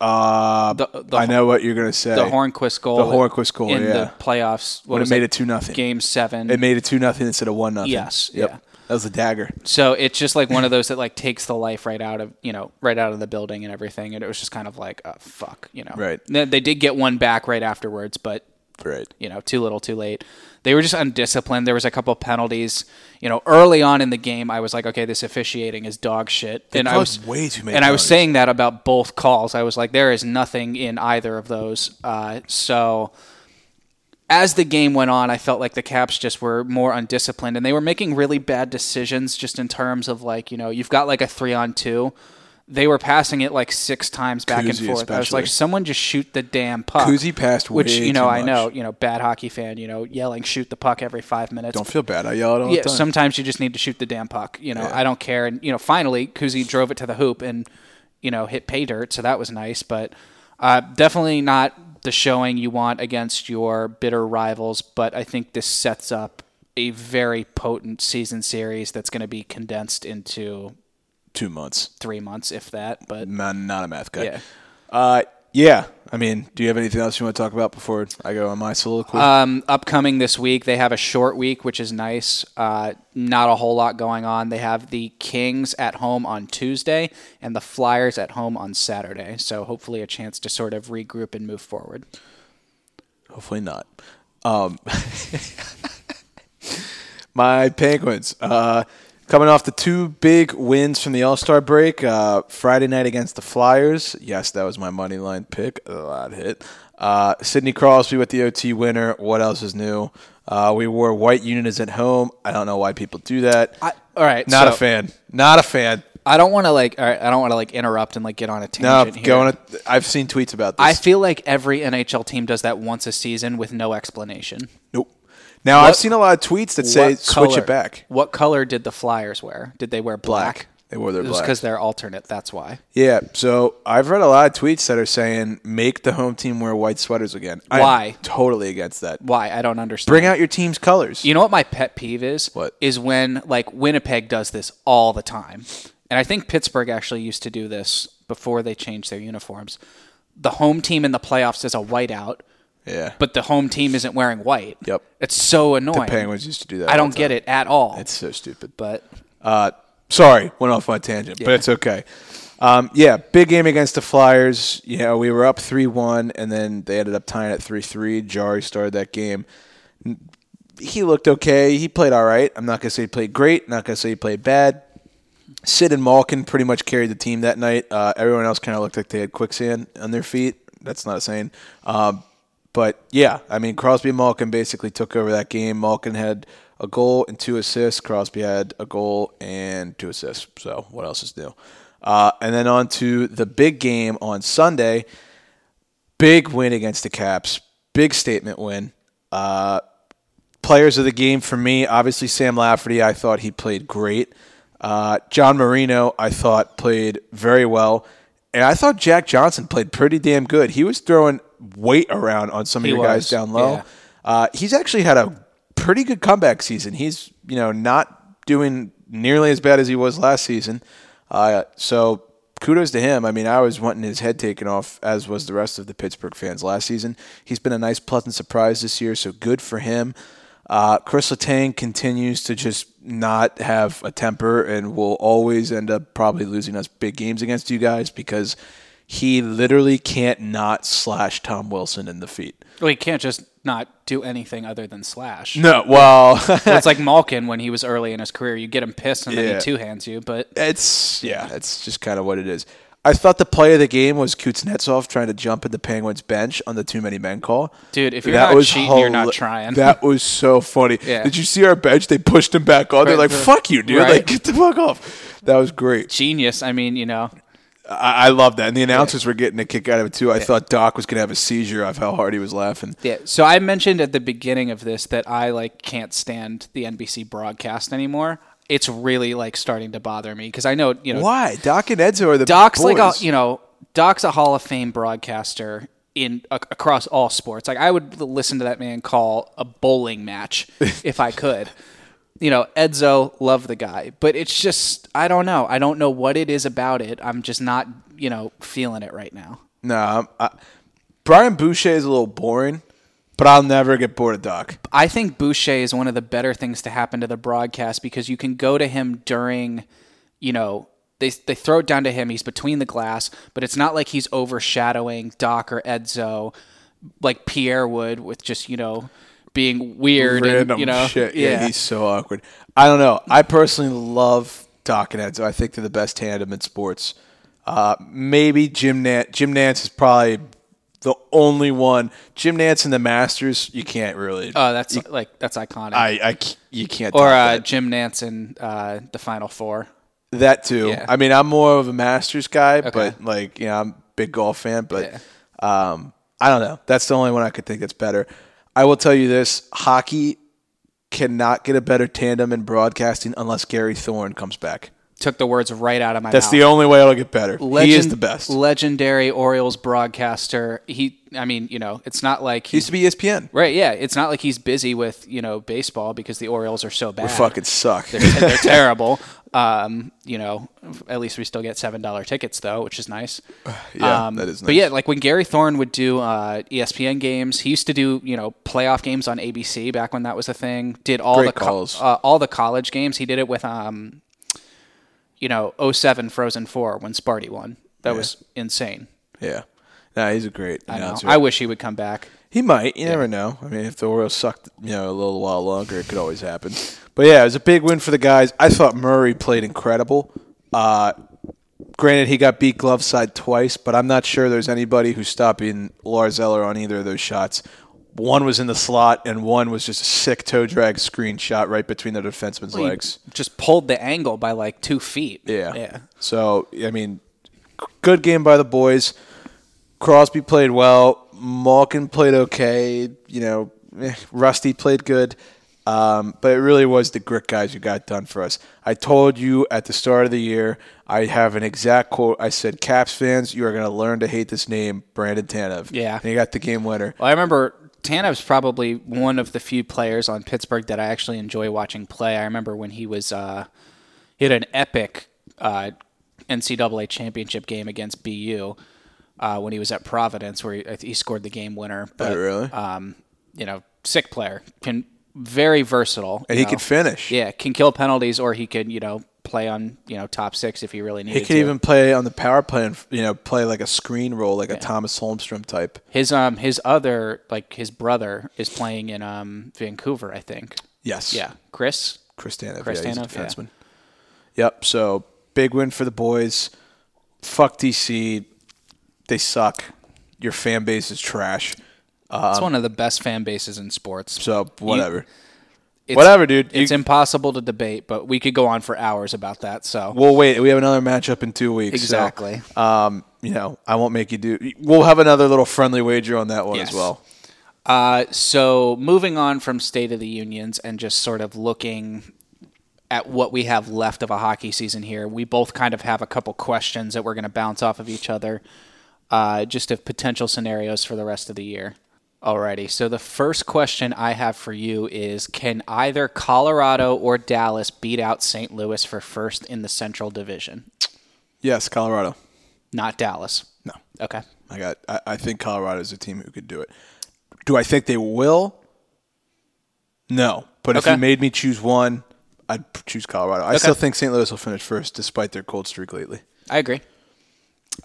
Uh,
The, the,
I know what you're gonna say.
the Hornquist goal.
The Hornquist goal,
in
yeah.
the playoffs. What
When it
was
made it two nothing.
Game seven.
It made it two nothing instead of one nothing.
Yes,
Yep.
yeah.
That was a dagger.
So it's just like one of those that like takes the life right out of you know right out of the building and everything, and it was just kind of like oh, fuck, you know.
Right.
They, they did get one back right afterwards, but
Right.
you know too little, too late. They were just undisciplined. There was a couple of penalties. You know, early on in the game, I was like, okay, this officiating is dog shit, and I was
caused way too many
And I was
penalties.
saying that about both calls. I was like, there is nothing in either of those. Uh, so as the game went on, I felt like the Caps just were more undisciplined and they were making really bad decisions just in terms of like, you know, you've got like a three on two. They were passing it like six times back and
Kuzi
forth. I was like,
especially.
someone just shoot the damn puck.
Kuzi passed
Which,
way
you know,
too
I know,
much.
you know, bad hockey fan, you know, yelling, shoot the puck every five minutes.
Don't feel bad. I yell it all
yeah,
the time.
sometimes you just need to shoot the damn puck. You know, I don't care. And, you know, finally, Kuzi drove it to the hoop and, you know, hit pay dirt. So that was nice. But uh, definitely not the showing you want against your bitter rivals. But I think this sets up a very potent season series that's going to be condensed into
two months.
three months, if that. But
Not, not a math guy.
Yeah.
Uh, yeah. I mean, do you have anything else you want to talk about before I go on my soliloquy?
Um, upcoming this week, they have a short week, which is nice. Uh, not a whole lot going on. They have the Kings at home on Tuesday and the Flyers at home on Saturday. So hopefully, a chance to sort of regroup and move forward.
Hopefully not. Um, my Penguins uh, coming off the two big wins from the All Star break. Uh, Friday night against the Flyers. Yes, that was my money line pick. A lot hit. Uh, Sidney Crosby with the OT winner. What else is new? Uh, we wore white units at home. I don't know why people do that.
I, all right,
not a
so
fan. Not a fan.
I don't want to like. all right, I don't want to like interrupt and like get on a
No,
tangent here.
going. To, I've seen tweets about this.
I feel like every NHL team does that once a season with no explanation.
nope. Now I've seen a lot of tweets that say
What
switch
color-
it back.
What color did the Flyers wear? Did they wear black?
They wore their
It was
black.
because they're alternate. That's why.
Yeah, so I've read a lot of tweets that are saying make the home team wear white sweaters again. I am
Why?
totally against that.
Why I don't understand.
Bring out your team's colors.
You know what my pet peeve is?
What?
is when like Winnipeg does this all the time, and I think Pittsburgh actually used to do this before they changed their uniforms. The home team in the playoffs is a whiteout,
yeah,
but the home team isn't wearing white.
Yep.
it's so annoying.
Penguins used to do that.
I don't get it at all.
It's so stupid.
but
Uh, sorry, went off on a tangent, but it's okay. Um, yeah, big game against the Flyers. You know, we were up 3 1, and then they ended up tying at 3 3. Jari started that game. N- He looked okay. He played all right. I'm not going to say he played great. Not going to say he played bad. Sid and Malkin pretty much carried the team that night. Uh, everyone else kind of looked like they had quicksand on their feet. That's not a saying. Um, but yeah, I mean, Crosby and Malkin basically took over that game. Malkin had a goal and two assists. Crosby had a goal and two assists. So what else is new? Uh, and then on to the big game on Sunday. Big win against the Caps. Big statement win. Uh, players of the game for me, obviously Sam Lafferty. I thought he played great. Uh, John Marino, I thought played very well, and I thought Jack Johnson played pretty damn good. He was throwing weight around on some of
He
your
was,
guys down low.
yeah.
Uh, he's actually had a pretty good comeback season. He's you know not doing nearly as bad as he was last season. Uh, so kudos to him. I mean, I was wanting his head taken off, as was the rest of the Pittsburgh fans last season. He's been a nice, pleasant surprise this year. So good for him. Uh, Chris Letang continues to just not have a temper and will always end up probably losing us big games against you guys because He literally can't not slash Tom Wilson in the feet.
Well, he can't just not do anything other than slash.
No, well,
It's like Malkin when he was early in his career. You get him pissed and then
Yeah.
he two hands you, but
It's yeah, that's just kind of what it is. I thought the play of the game was Kuznetsov trying to jump at the Penguins bench on the too many men call.
Dude, if you're not cheating, you're not
hila-
trying.
That was so funny.
Yeah.
Did you see our bench? They pushed him back on. They're
Right,
like,
right.
"Fuck you, dude!
Right.
Like, get the fuck off." That was great.
genius. I mean, you know,
I, I love that. And the announcers were getting a kick out of it too. I thought Doc was gonna have a seizure of how hard he was laughing.
Yeah. So I mentioned at the beginning of this that I like can't stand the NBC broadcast anymore. It's really like starting to bother me because I know you know
Why? Doc and Edzo are the
Doc's like
boys.
a you know Doc's a Hall of Fame broadcaster in a, across all sports. Like I would l- listen to that man call a bowling match if I could. You know, Edzo, love the guy, but it's just I don't know. I don't know what it is about it. I'm just not you know feeling it right now.
no. I'm- I, Brian Boucher is a little boring, but I'll never get bored of Doc.
I think Boucher is one of the better things to happen to the broadcast because you can go to him during, you know, they, they throw it down to him. He's between the glass, but it's not like he's overshadowing Doc or Edzo like Pierre would with just, you know, being weird
random
and, you know,
shit. Yeah. he's so awkward. I don't know. I personally love Doc and Edzo. I think they're the best tandem in sports. Uh, maybe Jim Nance. Jim Nance is probably the only one. Jim Nance and the Masters. You can't really.
oh, that's like, that's iconic.
I, I c- you can't.
or
top
uh,
that.
Jim Nance in uh, the final four.
that too.
yeah.
I mean, I'm more of a Masters guy, but like you know, I'm a big golf fan. But um, I don't know. That's the only one I could think that's better. I will tell you this: hockey cannot get a better tandem in broadcasting unless Gary Thorne comes back.
Took the words right out of my
That's
mouth.
the only way it'll get better. he is the best. He
Legendary Orioles broadcaster. He, I mean, you know, it's not like
used
he's
to be ESPN.
Right, yeah. It's not like he's busy with, you know, baseball because the Orioles are so bad.
Fucking suck.
They're terrible. Um, you know, at least we still get $7 tickets, though, which is nice.
yeah,
Um,
that is nice.
But yeah, like when Gary Thorne would do uh, ESPN games, he used to do, you know, playoff games on ABC back when that was a thing. Did all
Great
the co-
calls.
uh, all the college games. He did it with, um, you know, 07 Frozen 4 when Sparty won. That was insane.
yeah. Nah, he's a great
I, know.
announcer.
I wish he would come back.
He might. You never know. I mean, if the Orioles sucked, you know, a little while longer, it could always happen. But yeah, it was a big win for the guys. I thought Murray played incredible. Uh, granted, he got beat glove side twice, but I'm not sure there's anybody who's stopping Lars Eller on either of those shots. One was in the slot, and one was just a sick toe drag screen shot right between the defenseman's
He
legs.
just pulled the angle by like two feet.
Yeah.
Yeah.
So I mean, g- good game by the boys. Crosby played well. Malkin played okay. You know, eh, Rusty played good. Um, but it really was the grit guys who got done for us. I told you at the start of the year, I have an exact quote. I said, Caps fans, you are going to learn to hate this name, Brandon Tanev.
Yeah.
And he got the game winner.
Well, I remember Tanev's probably one of the few players on Pittsburgh that I actually enjoy watching play. I remember when he was uh, he had an epic uh, NCAA championship game against BU uh, when he was at Providence, where he, I think he scored the game winner. But
Oh, really?
um, you know, sick player can very versatile,
And
you
he
know.
could finish.
yeah, can kill penalties, or he could you know play on you know top six if he really needed
He could
to.
even play on the power play and, you know, play like a screen roll, like a Thomas Holmstrom type.
His um his other like his brother is playing in um Vancouver, I think.
Yes.
Yeah, Chris.
Chris Tanev.
Chris
yeah, he's a
Tanev, yeah.
defenseman. Yep. So big win for the boys. Fuck DC. They suck. Your fan base is trash.
it's one of the best fan bases in sports.
Um, So whatever.
It's-
whatever, dude. You-
It's impossible to debate, but we could go on for hours about that. So
Well, wait. We have another matchup in two weeks. so,
Exactly.
um, you know, I won't make you do. We'll have another little friendly wager on that one
Yes.
as well.
Uh, so moving on from State of the Unions and just sort of looking at what we have left of a hockey season here, we both kind of have a couple questions that we're going to bounce off of each other, uh, just of potential scenarios for the rest of the year. Alrighty, so the first question I have for you is Can either Colorado or Dallas beat out St. Louis for first in the Central Division?
Yes, Colorado.
Not Dallas.
No,
Okay.
I got. I, I think Colorado is a team who could do it. Do I think they will? No, but if
Okay.
you made me choose one, I'd p- choose Colorado. I still think St. Louis will finish first, despite their cold streak lately.
I agree.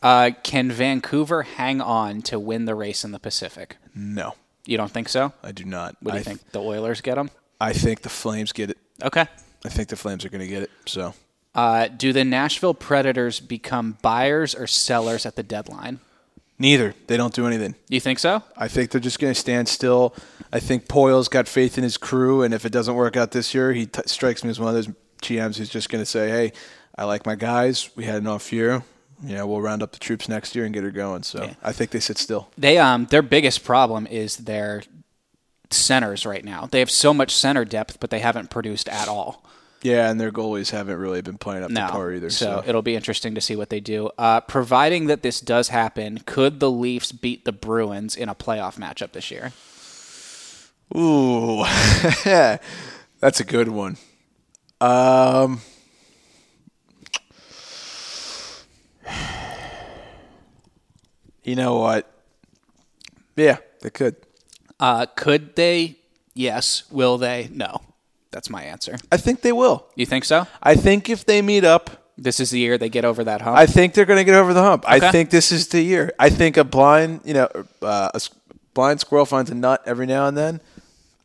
Uh, can Vancouver hang on to win the race in the Pacific?
No,
You don't think so?
I do not.
What do you
I th-
think? The Oilers get them?
I think the Flames get it.
Okay.
I think the Flames are going to get it. So
Uh, do the Nashville Predators become buyers or sellers at the deadline?
neither. They don't do anything.
You think so?
I think they're just going to stand still. I think Poyle's got faith in his crew, and if it doesn't work out this year, he t- strikes me as one of those GMs who's just going to say, "Hey, I like my guys. We had an off year. Yeah, we'll round up the troops next year and get her going." So
Yeah.
I think they sit still.
They um their biggest problem is their centers right now. They have so much center depth, but they haven't produced at all.
Yeah, and their goalies haven't really been playing up
No,
to par either.
So,
So,
it'll be interesting to see what they do. Uh, providing that this does happen, could the Leafs beat the Bruins in a playoff matchup this year?
ooh, that's a good one. Um, you know what? Yeah, they could.
Uh, could they? Yes. Will they? No. That's my answer.
I think they will.
You think so?
I think if they meet up,
This is the year they get over that hump.
I think they're going to get over the hump.
Okay.
I think this is the year. I think a blind, you know, uh, a s- blind squirrel finds a nut every now and then.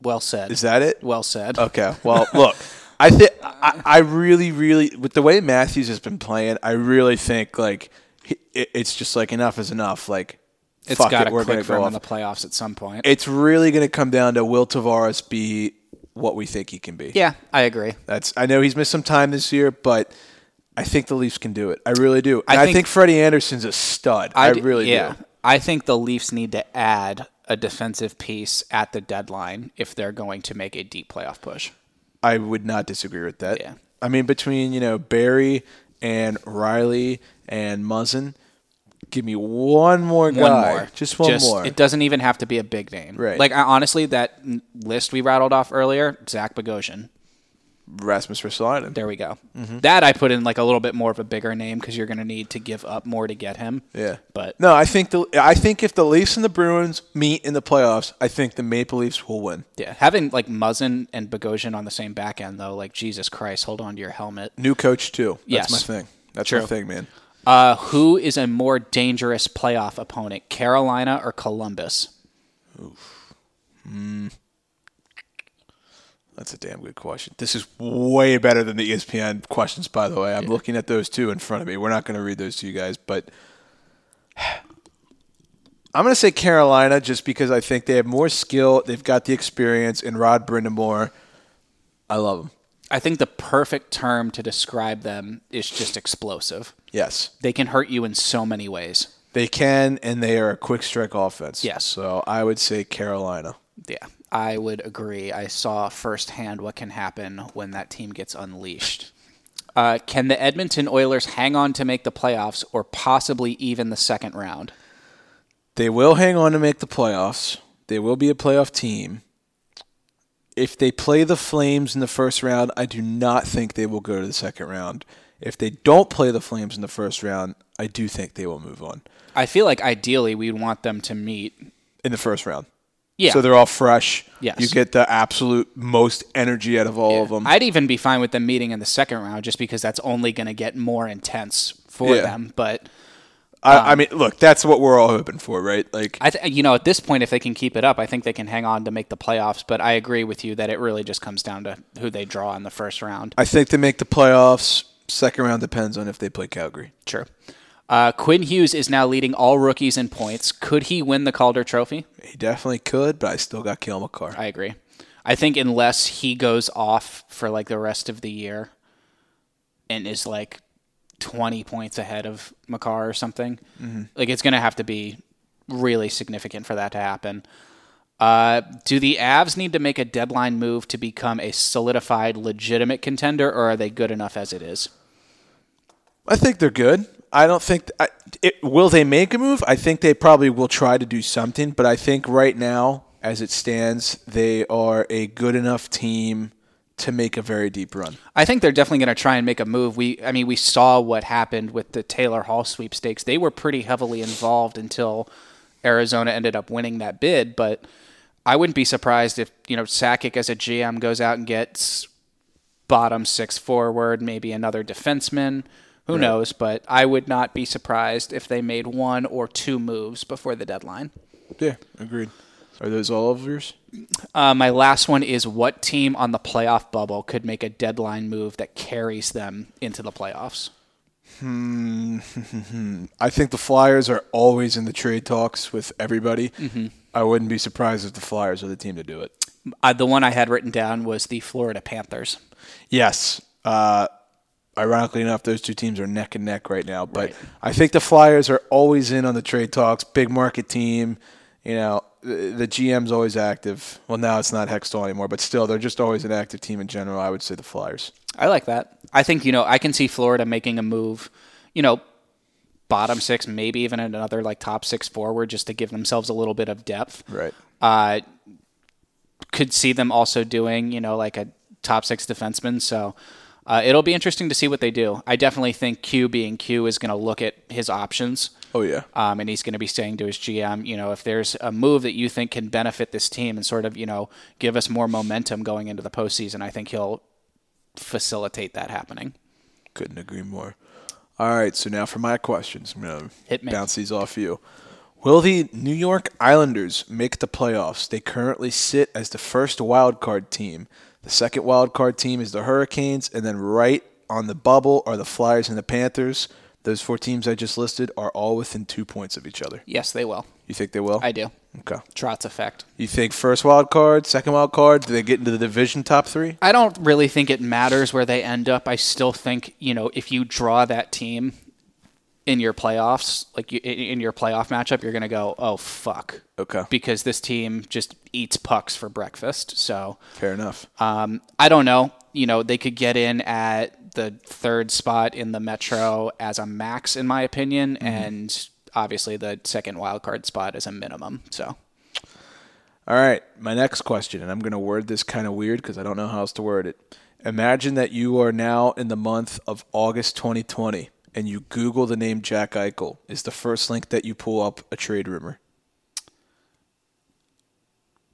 well said.
Is that it?
well said?
Okay. Well, look, I think I, I really, really, with the way Matthews has been playing, I really think like he- it, it's just like enough is enough. Like,
It's
fuck
got to
it, we're going
click
to
for
go
them
off.
in the playoffs at some point.
it's really going to come down to will Tavares be what we think he can be.
yeah, I agree.
That's I know he's missed some time this year, but I think the Leafs can do it. I really do. And I,
think-
think, Freddie Anderson's a stud. I,
d-
really
yeah.
do.
I think the Leafs need to add a defensive piece at the deadline if they're going to make a deep playoff push.
I would not disagree with that.
Yeah.
I mean, between you know Barry and Riley and Muzzin, give me one more guy.
One more,
Just one more.
It doesn't even have to be a big name.
Right.
Like I, honestly, that n- list we rattled off earlier, Zach Bogosian.
Rasmus Ristolainen.
There we go.
Mm-hmm.
That I put in like a little bit more of a bigger name because you're going to need to give up more to get him.
Yeah.
But
No, I think the I think if the Leafs and the Bruins meet in the playoffs, I think the Maple Leafs will win.
yeah, having like Muzzin and Bogosian on the same back end though, like Jesus Christ, hold on to your helmet.
New coach too.
Yes.
That's my thing. That's
True.
my thing, man.
Uh, who is a more dangerous playoff opponent, Carolina or Columbus?
That's a damn good question. This is way better than the E ESPN questions, by the way. I'm looking at those two in front of me. We're not going to read those to you guys, but I'm going to say Carolina just because I think they have more skill. They've got the experience, and Rod Brindamore, I love him.
I think the perfect term to describe them is just explosive.
Yes,
They can hurt you in so many ways.
they can, and they are a quick strike offense.
Yes.
So I would say Carolina.
Yeah, I would agree. I saw firsthand what can happen when that team gets unleashed. Uh, can the Edmonton Oilers hang on to make the playoffs or possibly even the second round?
They will hang on to make the playoffs. They will be a playoff team. If they play the Flames in the first round, I do not think they will go to the second round. If they don't play the Flames in the first round, I do think they will move on
I feel like ideally we'd want them to meet.
in the first round.
Yeah.
So they're all fresh.
Yes.
You get the absolute most energy out of all of them.
I'd even be fine with them meeting in the second round just because that's only going to get more intense for
Yeah.
them. But
I,
um,
I mean, look, that's what we're all hoping for, right? Like,
I, th- you know, at this point, if they can keep it up, I think they can hang on to make the playoffs. But I agree with you that it really just comes down to who they draw in the first round.
I think they make the playoffs. Second round depends on if they play Calgary.
True. Uh, Quinn Hughes is now leading all rookies in points. Could he win the Calder Trophy?
He definitely could, but I still got Kale McCarr.
I agree. I think unless he goes off for like the rest of the year and is like 20 points ahead of Makar or something, like it's going to have to be really significant for that to happen. Uh, do the Avs need to make a deadline move to become a solidified, legitimate contender, or are they good enough as it is?
I think they're good. I don't think I, it, will they make a move. I think they probably will try to do something, but I think right now, as it stands, they are a good enough team to make a very deep run.
I think they're definitely going to try and make a move. We, I mean, we saw what happened with the Taylor Hall sweepstakes. They were pretty heavily involved until Arizona ended up winning that bid. But I wouldn't be surprised if you know Sakic as a GM goes out and gets bottom six forward, maybe another defenseman, Who knows? But I would not be surprised if they made one or two moves before the deadline.
Yeah, agreed. Are those all of yours?
Uh, my last one is what team on the playoff bubble could make a deadline move that carries them into the playoffs?
I think the Flyers are always in the trade talks with everybody. I wouldn't be surprised if the Flyers are the team to do it.
Uh, the one I had written down was the Florida Panthers.
Yes. Uh, ironically enough, those two teams are neck and neck right now. But I think the Flyers are always in on the trade talks. Big market team. You know, the, the GM's always active. Well, now it's not Hextall anymore, but still, they're just always an active team in general. I would say the Flyers.
I like that. I think, you know, I can see Florida making a move, you know, bottom six, maybe even another like top six forward just to give themselves a little bit of depth.
Right.
Uh, could see them also doing, you know, like a top six defenseman. So uh, it'll be interesting to see what they do. I definitely think Q being Q is going to look at his options.
Oh, yeah.
Um, and he's going to be saying to his GM, you know, if there's a move that you think can benefit this team and sort of, you know, give us more momentum going into the postseason, I think he'll facilitate that happening.
Couldn't agree more. All right, so now for my questions. I'm going
Hit
to
me.
bounce these off you. Will the New York Islanders make the playoffs? They currently sit as the first wild card team. The second wild card team is the Hurricanes, and then right on the bubble are the Flyers and the Panthers. Those four teams I just listed are all within two points of each other.
Yes, they will.
You think they will?
I do.
Okay.
Trotz effect.
You think first wild card, second wild card? Do they get into the division top three?
I don't really think it matters where they end up. I still think you know if you draw that team in your playoffs, like you, in- in your playoff matchup, you're gonna go, oh fuck,
Okay.
because this team just eats pucks for breakfast. So
Fair enough.
um, I don't know. You know, they could get in at the third spot in the Metro as a max, in my opinion, and obviously the second wild card spot is a minimum. So
All right, my next question, and I'm going to word this kind of weird because I don't know how else to word it. Imagine that you are now in the month of August 2020 and you Google the name Jack Eichel. Is the first link that you pull up a trade rumor?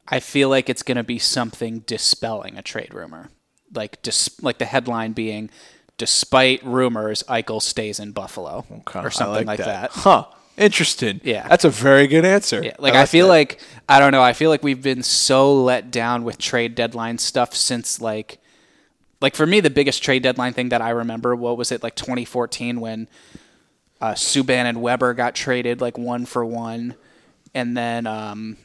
I feel like it's going to be something dispelling a trade rumor, like dis- like the headline being, "Despite rumors, Eichel stays in Buffalo"
Okay,
or
I
something like, that.
Huh. Interesting.
Yeah.
That's a very good answer.
Yeah, like I, feel
that.
like I don't know. I feel like we've been so let down with trade deadline stuff since like, like for me, the biggest trade deadline thing that I remember what was it like 2014 when uh, Subban and Weber got traded like one for one, and then um,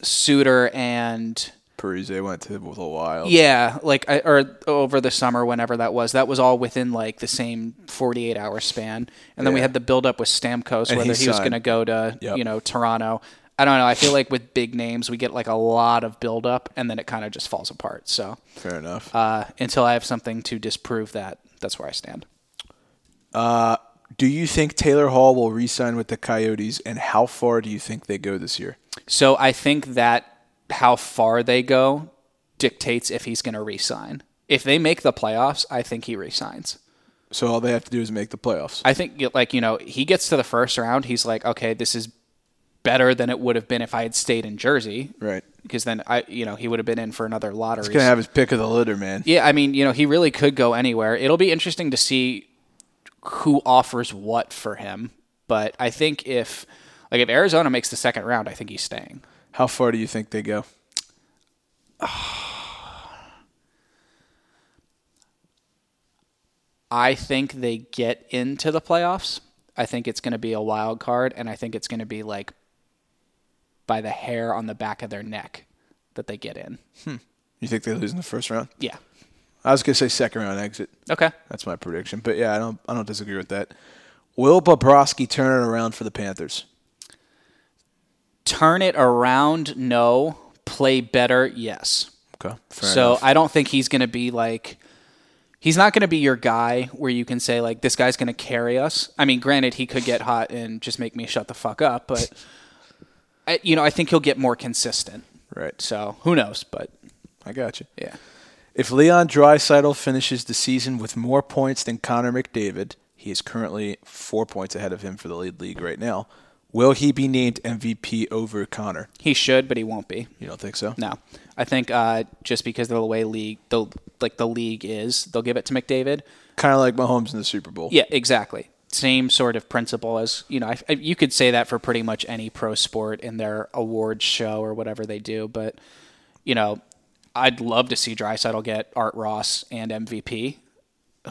Suter and.
Parise went to with a wild.
Yeah, like I, or over the summer, whenever that was, that was all within like the same forty-eight hour span. And then we
Yeah.
had the build-up with Stamkos,
And
whether
he
he, was
signed.
going to go to
Yep.
you know Toronto. I don't know. I feel like with big names, we get like a lot of build-up, and then it kind of just falls apart. So
Fair enough.
uh, until I have something to disprove that, that's where I stand.
do you think Taylor Hall will re sign with the Coyotes and how far do you think they go this year?
So I think that how far they go dictates if he's going to resign. If they make the playoffs, I think he resigns.
So all they have to do is make the playoffs.
I think like you know he gets to the first round. He's like, okay, this is better than it would have been if I had stayed in Jersey,
right.
Because then I, you know, he would have been in for another lottery.
He's going to have his pick of the litter, man.
yeah, I mean, you know, he really could go anywhere. It'll be interesting to see who offers what for him. But I think if like if Arizona makes the second round, I think he's staying.
How far do you think they go?
I think they get into the playoffs. I think it's going to be a wild card, and I think it's going to be like by the hair on the back of their neck that they get in.
You think they lose in the first round?
Yeah.
I was gonna say second round exit.
Okay.
That's my prediction. But yeah, I don't I don't disagree with that. Will Bobrovsky turn it around for the Panthers?
Turn it around. No. Play better. Yes.
Okay. Fair
so
enough.
I don't think he's going to be like. He's not going to be your guy where you can say like this guy's going to carry us. I mean, granted, he could get hot and just make me shut the fuck up, but I, you know, I think he'll get more consistent.
right.
So who knows? But
I got you.
yeah.
If Leon Draisaitl finishes the season with more points than Connor McDavid, he is currently four points ahead of him for the lead league right now. Will he be named MVP over Connor?
He should, but he won't be.
You don't think so?
No. I think uh, just because of the way league, the like the league is, they'll give it to McDavid.
Kind of like Mahomes in the Super Bowl.
Yeah, exactly. Same sort of principle as you know. I, I- you could say that for pretty much any pro sport in their awards show or whatever they do. But you know, I'd love to see Drysaddle get Art Ross and MVP.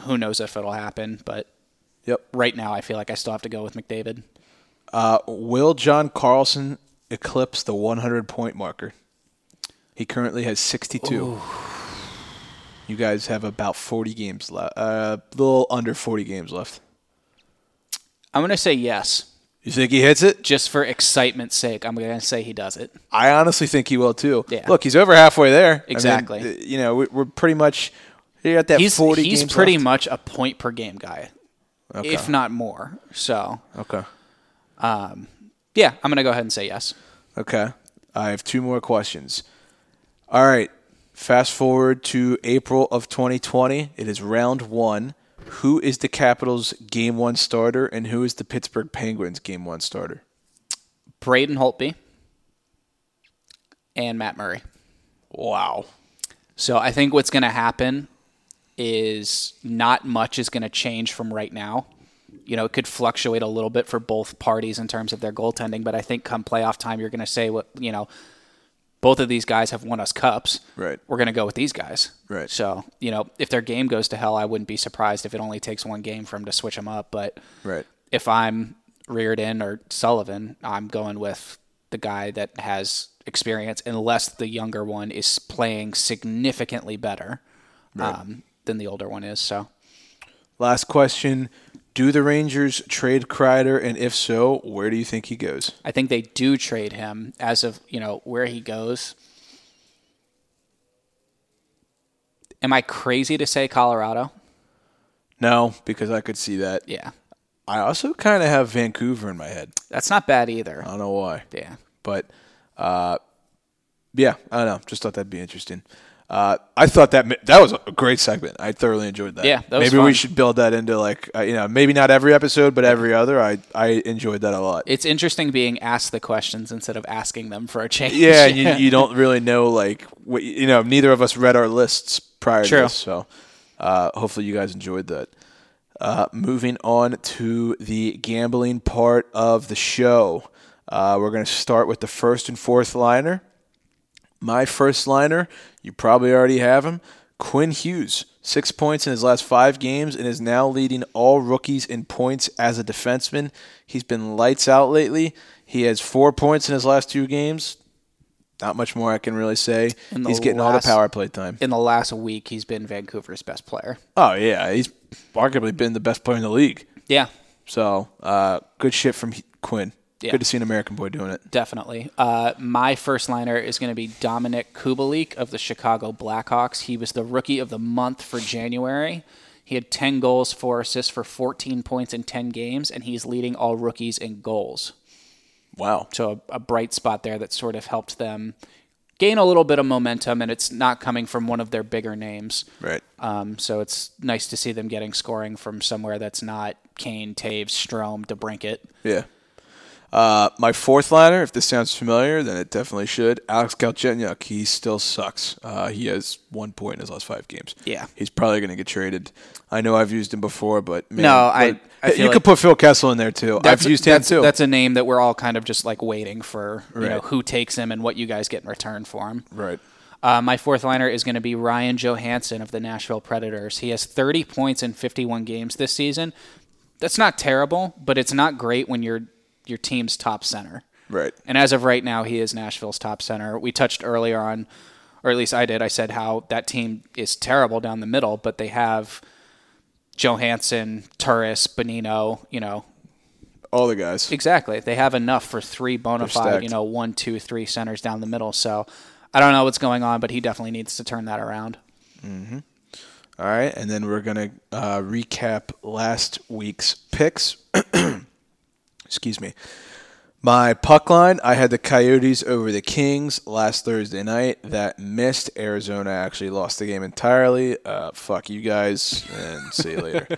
Who knows if it'll happen? But
Yep.
right now, I feel like I still have to go with McDavid.
Will John Carlson eclipse the 100 point marker? He currently has 62. You guys have about 40 games left, uh, a little under 40 games left.
I'm gonna say yes,
You think he hits it?
just for excitement's sake. I'm gonna say he does it.
I honestly think he will too.
Yeah.
Look, he's over halfway there. I mean,
Exactly.
th- you know, we, we're pretty much you're at that
He's
40
he's
games
pretty
left.
much a point per game guy, if not more. So
Okay.
yeah, I'm gonna go ahead and say yes.
Okay. I have two more questions. All right. Fast forward to April of 2020. It is round one. Who is the Capitals' game one starter and who is the Pittsburgh Penguins' game one starter?
Braden Holtby and Matt Murray.
Wow.
So I think what's going to happen is not much is going to change from right now. You know, it could fluctuate a little bit for both parties in terms of their goaltending, but I think come playoff time, you're going to say what you know. Both of these guys have won us cups.
Right.
We're going to go with these guys.
Right.
So you know, if their game goes to hell, I wouldn't be surprised if it only takes one game for them to switch them up. But
Right.
if I'm Reardon or Sullivan, I'm going with the guy that has experience, unless the younger one is playing significantly better um, than the older one is. So
Last question. Do the Rangers trade Kreider? And if so, where do you think he goes?
I think they do trade him as of you know where he goes. Am I crazy to say Colorado?
No, because I could see that.
Yeah,
I also kind of have Vancouver in my head.
that's not bad either.
I don't know why.
yeah,
But uh, yeah, I don't know. Just thought that'd be interesting. Uh, I thought that mi- that was a great segment. I thoroughly enjoyed that.
Yeah, that was
maybe we
fun.
should build that into like uh, you know maybe not every episode, but every other. I I enjoyed that a lot.
it's interesting being asked the questions instead of asking them for a change.
yeah, and You, you don't really know like what you know. Neither of us read our lists prior
True.
to this, so uh, hopefully you guys enjoyed that. Uh, moving on to the gambling part of the show, uh, we're going to start with the first and fourth liner. My first liner, you probably already have him. Quinn Hughes, six points in his last five games and is now leading all rookies in points as a defenseman. He's been lights out lately. He has four points in his last two games. Not much more I can really say.
In the
He's getting all the
last-
power play time.
in the last week, he's been Vancouver's best player.
Oh, yeah. He's arguably been the best player in the league.
Yeah,
So uh, good shit from H- Quinn.
Yeah.
Good to see an American boy doing it.
definitely. Uh, my first liner is going to be Dominic Kubalik of the Chicago Blackhawks. He was the rookie of the month for January. He had 10 goals, 4 assists for 14 points in 10 games, and he's leading all rookies in goals.
Wow.
So a, a bright spot there that sort of helped them gain a little bit of momentum, and it's not coming from one of their bigger names.
Right.
Um, so it's nice to see them getting scoring from somewhere that's not Kane, Taves, Strom, DeBrinket.
Yeah. Uh, my fourth liner, if this sounds familiar, then it definitely should. Alex Galchenyuk, he still sucks. Uh, he has one point in his last five games.
Yeah.
he's probably going to get traded. I know I've used him before, but man,
No, I-
look,
I feel
you could
like-
put Phil Kessel in there too. I've used him
that's,
too.
That's a name that we're all kind of just like waiting for, you know,
Right.
who takes him and what you guys get in return for him.
right.
Uh, my fourth liner is going to be Ryan Johansson of the Nashville Predators. He has 30 points in 51 games this season. That's not terrible, but it's not great when you're your team's top center.
Right.
And as of right now, he is Nashville's top center. We touched earlier on, or at least I did. I said how that team is terrible down the middle, but they have Johansson, Turris, Benino. You know,
All the guys.
Exactly. They have enough for three bona fide,
stacked.
you know, one, two, three centers down the middle. So I don't know what's going on, but he definitely needs to turn that around.
All right, and then we're gonna uh, recap last week's picks. Excuse me. My puck line, I had the Coyotes over the Kings last Thursday night. That missed. Arizona actually lost the game entirely. Uh, fuck you guys, and see you later.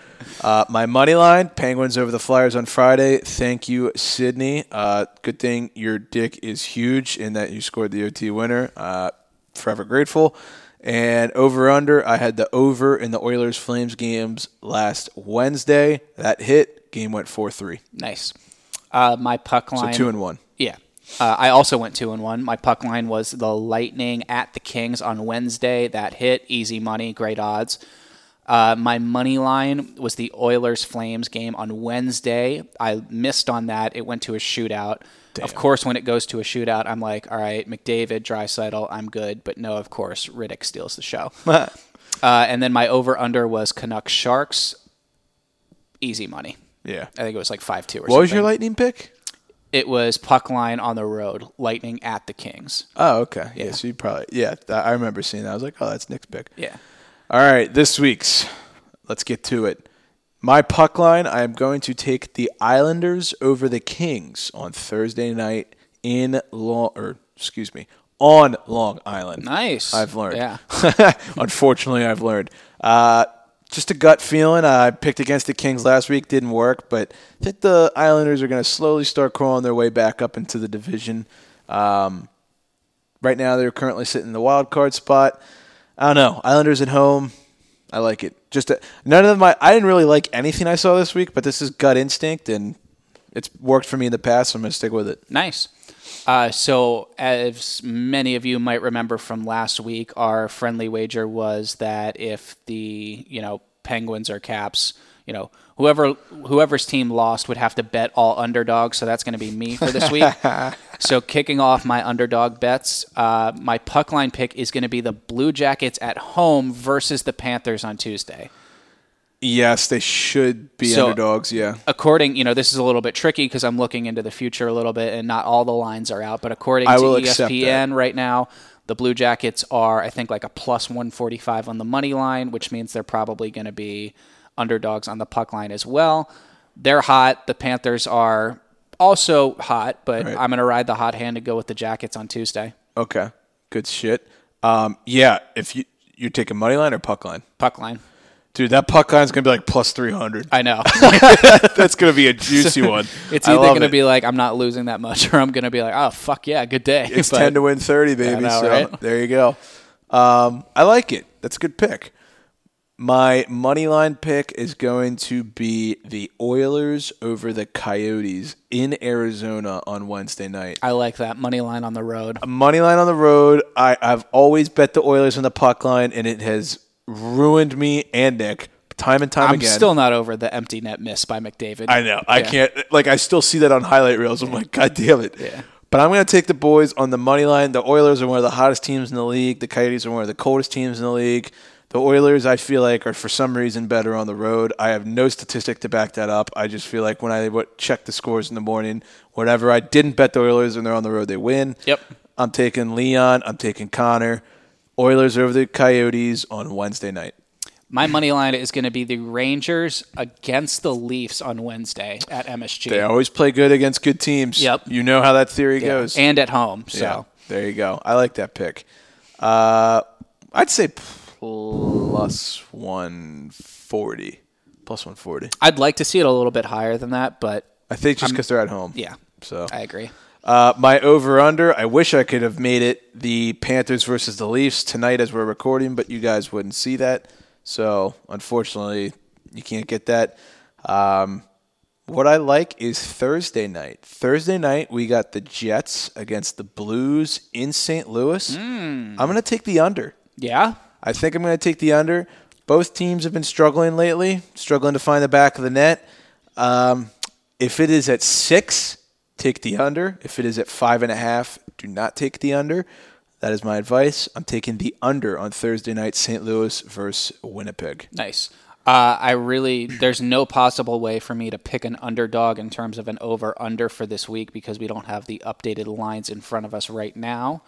Uh, my money line, Penguins over the Flyers on Friday. Thank you, Sydney. Uh, good thing your dick is huge in that you scored the OT winner. Uh, forever grateful. And over under, I had the over in the Oilers Flames games last Wednesday. That hit. Game went 4 3.
Nice. Uh, my puck
So
line.
2 and 1.
Yeah. Uh, I also went two and one. My puck line was the Lightning at the Kings on Wednesday. That hit easy money, great odds. Uh, my money line was the Oilers Flames game on Wednesday. I missed on that. It went to a shootout. Of course, when it goes to a shootout, I'm like, all right, McDavid, Drysital, I'm good. But no, of course, Riddick steals the show. uh, and then my over under was Canucks Sharks. Easy money.
Yeah.
I think it was like five two or something.
What was your lightning pick?
It was puck line on the road, lightning at the Kings.
Oh, okay. Yeah. So you probably, yeah, I I remember seeing that. I was like, oh, that's Nick's pick.
Yeah.
All right, this week's. Let's get to it. My puck line, I am going to take the Islanders over the Kings on Thursday night in Long or excuse me, on Long Island.
Nice.
I've learned.
Yeah.
Unfortunately, I've learned. Uh, just a gut feeling. I picked against the Kings last week, didn't work, but I think the Islanders are going to slowly start crawling their way back up into the division. Um, right now, they're currently sitting in the wild card spot. I don't know. Islanders at home. I like it. Just a, none of my. I didn't really like anything I saw this week, but this is gut instinct, and it's worked for me in the past. So I'm going to stick with it.
Nice. Uh, so, as many of you might remember from last week, our friendly wager was that if the you know Penguins or Caps, you know whoever whoever's team lost would have to bet all underdogs. So that's going to be me for this week. so, kicking off my underdog bets, uh, my puck line pick is going to be the Blue Jackets at home versus the Panthers on Tuesday.
Yes, they should be
So-
underdogs. Yeah.
according you know this is a little bit tricky because i'm looking into the future a little bit and not all the lines are out but according
I
to E
will accept
espn right now the blue jackets are i think like a plus 145 on the money line which means they're probably going to be underdogs on the puck line as well they're hot the panthers are also hot but
Right.
i'm going to ride the hot hand and go with the jackets on tuesday
uh, Okay. Good shit. Um, yeah, if you you're taking money line or puck line,
puck line
dude, that puck line's gonna be like plus three hundred.
i know
That's gonna be a juicy one.
it's
I
either
love
going to
it.
be like i'm not losing that much or i'm going to be like oh fuck yeah good day
it's
But-
ten to win thirty, baby.
know,
so
right?
there you go. Um, I like it. That's a good pick. My money line pick is going to be the Oilers over the Coyotes in Arizona on Wednesday night.
i like that money line on the road
money line on the road. I, I've always bet the Oilers on the puck line, and it has ruined me and Nick time and time
I'm
again.
still not over the empty net miss by McDavid.
I know. I
Yeah.
can't. Like, I still see that on highlight reels. I'm like, God damn it.
Yeah.
But I'm going to take the boys on the money line. The Oilers are one of the hottest teams in the league. The Coyotes are one of the coldest teams in the league. The Oilers, I feel like, are for some reason better on the road. I have no statistic to back that up. I just feel like when I what, check the scores in the morning, whatever, I didn't bet the Oilers and they're on the road, they win.
Yep.
I'm taking Leon. I'm taking Connor. Oilers over the Coyotes on Wednesday night.
My money line is going to be the Rangers against the Leafs on Wednesday at MSG.
They always play good against good teams.
Yep.
You know how that theory
Yeah.
goes.
And at home. So
Yeah, there you go. I like that pick. Uh, I'd say plus one forty. Plus one forty.
I'd like to see it a little bit higher than that, but
I think just because they're at home.
yeah,
So
I agree.
uh, my over under. I wish I could have made it the Panthers versus the Leafs tonight as we're recording, but you guys wouldn't see that. So unfortunately, you can't get that. Um, what I like is Thursday night. Thursday night we got the Jets against the Blues in St. Louis. I'm gonna take the under.
Yeah.
I think I'm going to take the under. Both teams have been struggling lately, struggling to find the back of the net. Um, if it is at six, take the under. If it is at five and a half, do not take the under. That is my advice. I'm taking the under on Thursday night, St. Louis versus Winnipeg.
Nice. Uh, I really, there's no possible way for me to pick an underdog in terms of an over under for this week because we don't have the updated lines in front of us right now.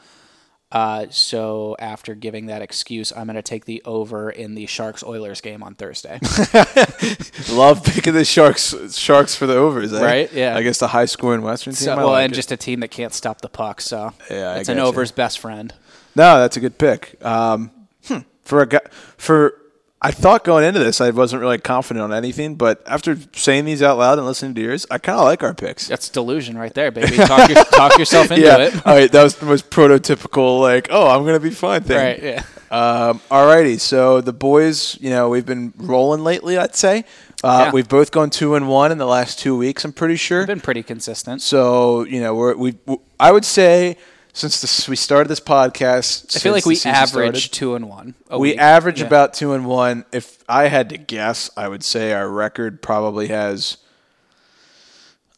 Uh, so after giving that excuse, I'm going to take the over in the Sharks Oilers game on Thursday.
Love picking the Sharks Sharks for the overs, eh?
Right, yeah.
I guess the high scoring Western team.
So-
I
well,
like
and
it.
just a team that can't stop the puck. So
Yeah, I
it's an
gotcha.
over's best friend.
No, that's a good pick. Um, hmm, for a guy, for I thought going into this, I wasn't really confident on anything, but after saying these out loud and listening to yours, I kind of like our picks.
That's delusion right there, baby. Talk, your, talk yourself into
yeah.
it.
All right. That was the most prototypical, like, oh, I'm going to be fine thing.
Right, yeah.
Um, all righty. So the boys, you know, we've been rolling lately, I'd say. Uh,
Yeah.
We've both gone two and one in the last two weeks, I'm pretty sure.
Been pretty consistent.
So, you know, we're, we, w- I would say since this, we started this podcast,
I feel like
since the
we
season
average
started-
two and one. a
we
week.
average
Yeah.
about two and one. If I had to guess, I would say our record probably has,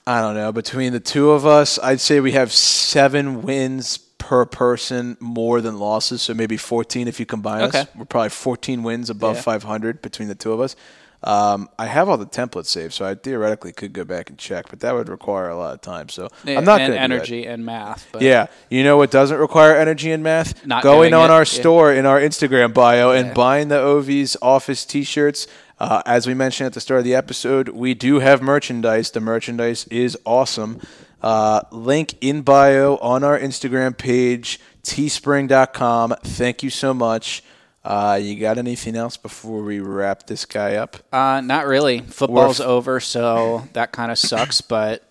I don't know, between the two of us, I'd say we have seven wins per person more than losses. So maybe 14 if you combine
Okay.
us. We're probably 14 wins above
Yeah.
500 between the two of us. Um, I have all the templates saved, so I theoretically could go back and check, but that would require a lot of time. So
Yeah,
I'm not
and
going to
energy and math. But
yeah, you know what doesn't require energy and math?
Not
going
doing
on
it,
our
yeah.
store in our Instagram bio and
Yeah.
buying the OV's office T-shirts. Uh, as we mentioned at the start of the episode, we do have merchandise. The merchandise is awesome. Uh, link in bio on our Instagram page, teespring.com. Thank you so much. Uh, you got anything else before we wrap this guy up?
Uh, not really. Football's over, so that kind of sucks. But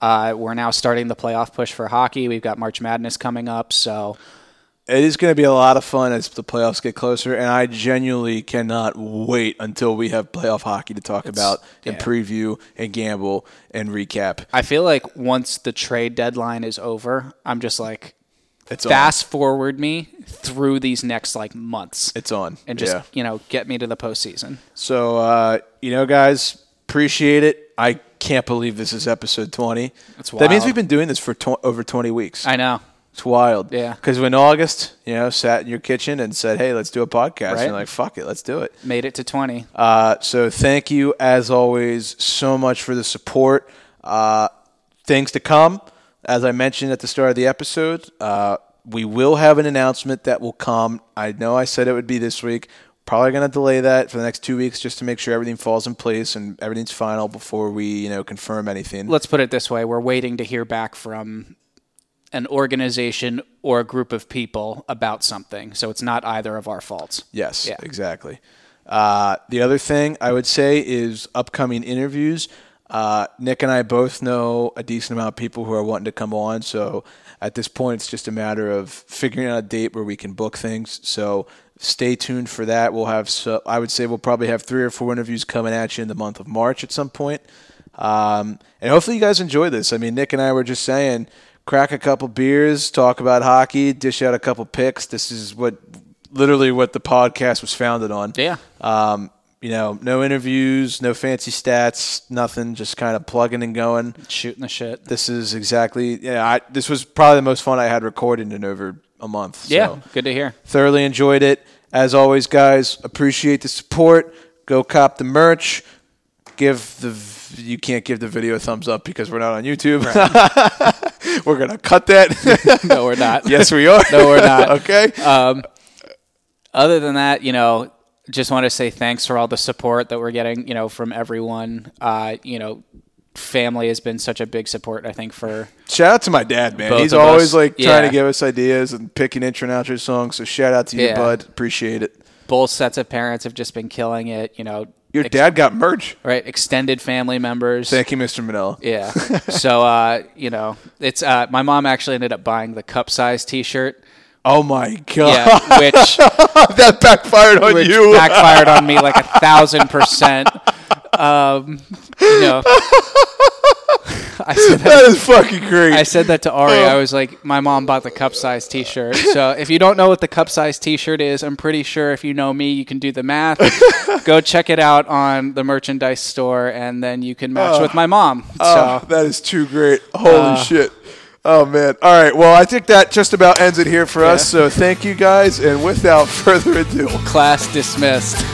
uh, we're now starting the playoff push for hockey. We've got March Madness coming up, so
It is going to be a lot of fun as the playoffs get closer, and I genuinely cannot wait until we have playoff hockey to talk about and
yeah.
preview and gamble and recap.
I feel like once the trade deadline is over, I'm just like
It's
fast forward me through these next like months
on. It's on.
and just
yeah.
you know get me to the postseason.
So uh, you know, guys, appreciate it. I can't believe this is episode twenty.
That's
That means
wild.
we've been doing this for tw- over twenty weeks.
I know.
It's wild.
Yeah.
Because in August, you know, sat in your kitchen and said, "Hey, let's do a podcast,"
Right.
and like, "Fuck it, let's do it."
Made it to 20.
Uh, so thank you, as always, so much for the support. Uh, things to come, as I mentioned at the start of the episode, uh, we will have an announcement that will come. I know I said it would be this week. Probably going to delay that for the next two weeks just to make sure everything falls in place and everything's final before we, you know, confirm anything.
Let's put it this way, we're waiting to hear back from an organization or a group of people about something. So it's not either of our faults.
Yes,
Yeah.
exactly. Uh, the other thing I would say is upcoming interviews. Uh, Nick and I both know a decent amount of people who are wanting to come on. So at this point, it's just a matter of figuring out a date where we can book things. So stay tuned for that. We'll have, so, I would say, we'll probably have three or four interviews coming at you in the month of March at some point. Um, and hopefully you guys enjoy this. I mean, Nick and I were just saying, crack a couple beers, talk about hockey, dish out a couple picks. This is what literally what the podcast was founded on.
Yeah.
Um, you know, no interviews, no fancy stats, nothing, just kind of plugging and going.
Shooting the shit.
This is exactly, yeah, I, this was probably the most fun I had recorded in over a month. So
yeah. Good to hear.
thoroughly enjoyed it. As always, guys, appreciate the support. Go cop the merch. Give the v- you can't give the video a thumbs up because we're not on YouTube. we're gonna cut that.
No, we're not.
yes, we are.
No, we're not.
okay.
Other than that, you know, just want to say thanks for all the support that we're getting, you know, from everyone. Uh, you know, family has been such a big support, I think, for
shout out to my dad, man.
Both
He's
of us.
always like trying
Yeah.
to give us ideas and picking intro and outro songs. So shout out to you,
Yeah.
bud. Appreciate it.
both sets of parents have just been killing it, you know.
Your
ex-
dad got merch.
right? Extended family members.
Thank you, Mr. Manella.
Yeah. so uh, you know, it's uh, my mom actually ended up buying the cup size T-shirt.
Oh my god,
Yeah, which,
that backfired on
which
you.
backfired on me like a thousand percent. Um, you know, I said that.
that is fucking great.
I said that to Ari. I was like, "My mom bought the cup size T-shirt." So if you don't know what the cup size T-shirt is, I'm pretty sure if you know me, you can do the math. Go check it out on the merchandise store, and then you can match with my mom. So
Oh, that is too great. Holy shit. Oh, man. All right. Well, I think that just about ends it here for us. So thank you guys. And without further ado.
class dismissed.